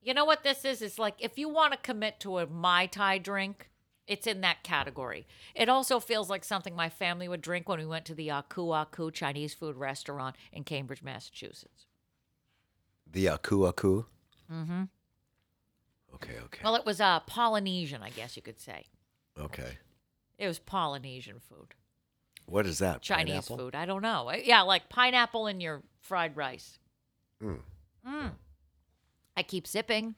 You know what this is? It's like if you want to commit to a Mai Tai drink, it's in that category. It also feels like something my family would drink when we went to the Aku Aku Chinese food restaurant in Cambridge, Massachusetts.
The Aku Aku? Mm-hmm. Okay, okay.
Well, it was uh, Polynesian, I guess you could say.
okay.
It was Polynesian food.
What is that?
Chinese
pineapple?
food. I don't know. I- Yeah, like pineapple in your fried rice.
Mm.
Mm. I keep sipping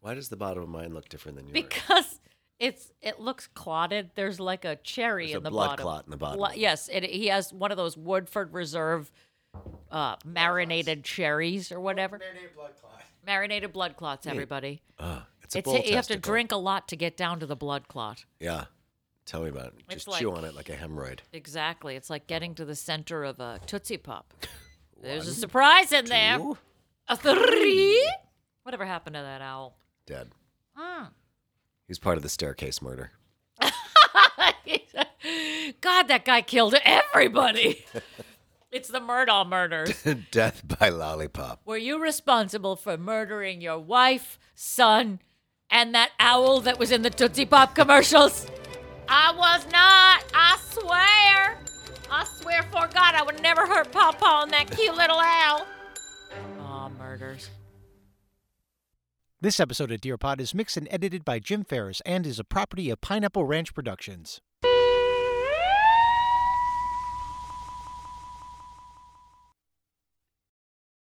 Why does the bottom of mine look different than yours?
because it's it looks clotted. There's like a cherry
There's
in
a
the
blood
bottom.
clot in the bottom.
Blo- yes, it, he has one of those Woodford Reserve uh, marinated cherries or whatever.
Marinated blood clot.
Marinated blood clots, everybody.
Ah, it's a
It's
bull
you have to
testicle.
drink a lot to get down to the blood clot.
Yeah. Tell me about it.
It's
Just chew
like-
on it like a hemorrhoid.
Exactly. It's like getting to the center of a Tootsie Pop. There's a surprise in there.
Ooh.
A three? Whatever happened to that owl?
Dead. He's part of the staircase murder.
God, that guy killed everybody. it's the Murdaugh murders.
Death by lollipop.
Were you responsible for murdering your wife, son, and that owl that was in the Tootsie Pop commercials? I was not. I swear. I swear for God, I would never hurt Papa and that cute little owl. Aw, murders.
This episode of Dear Pod is mixed and edited by Jim Ferris and is a property of Pineapple Ranch Productions.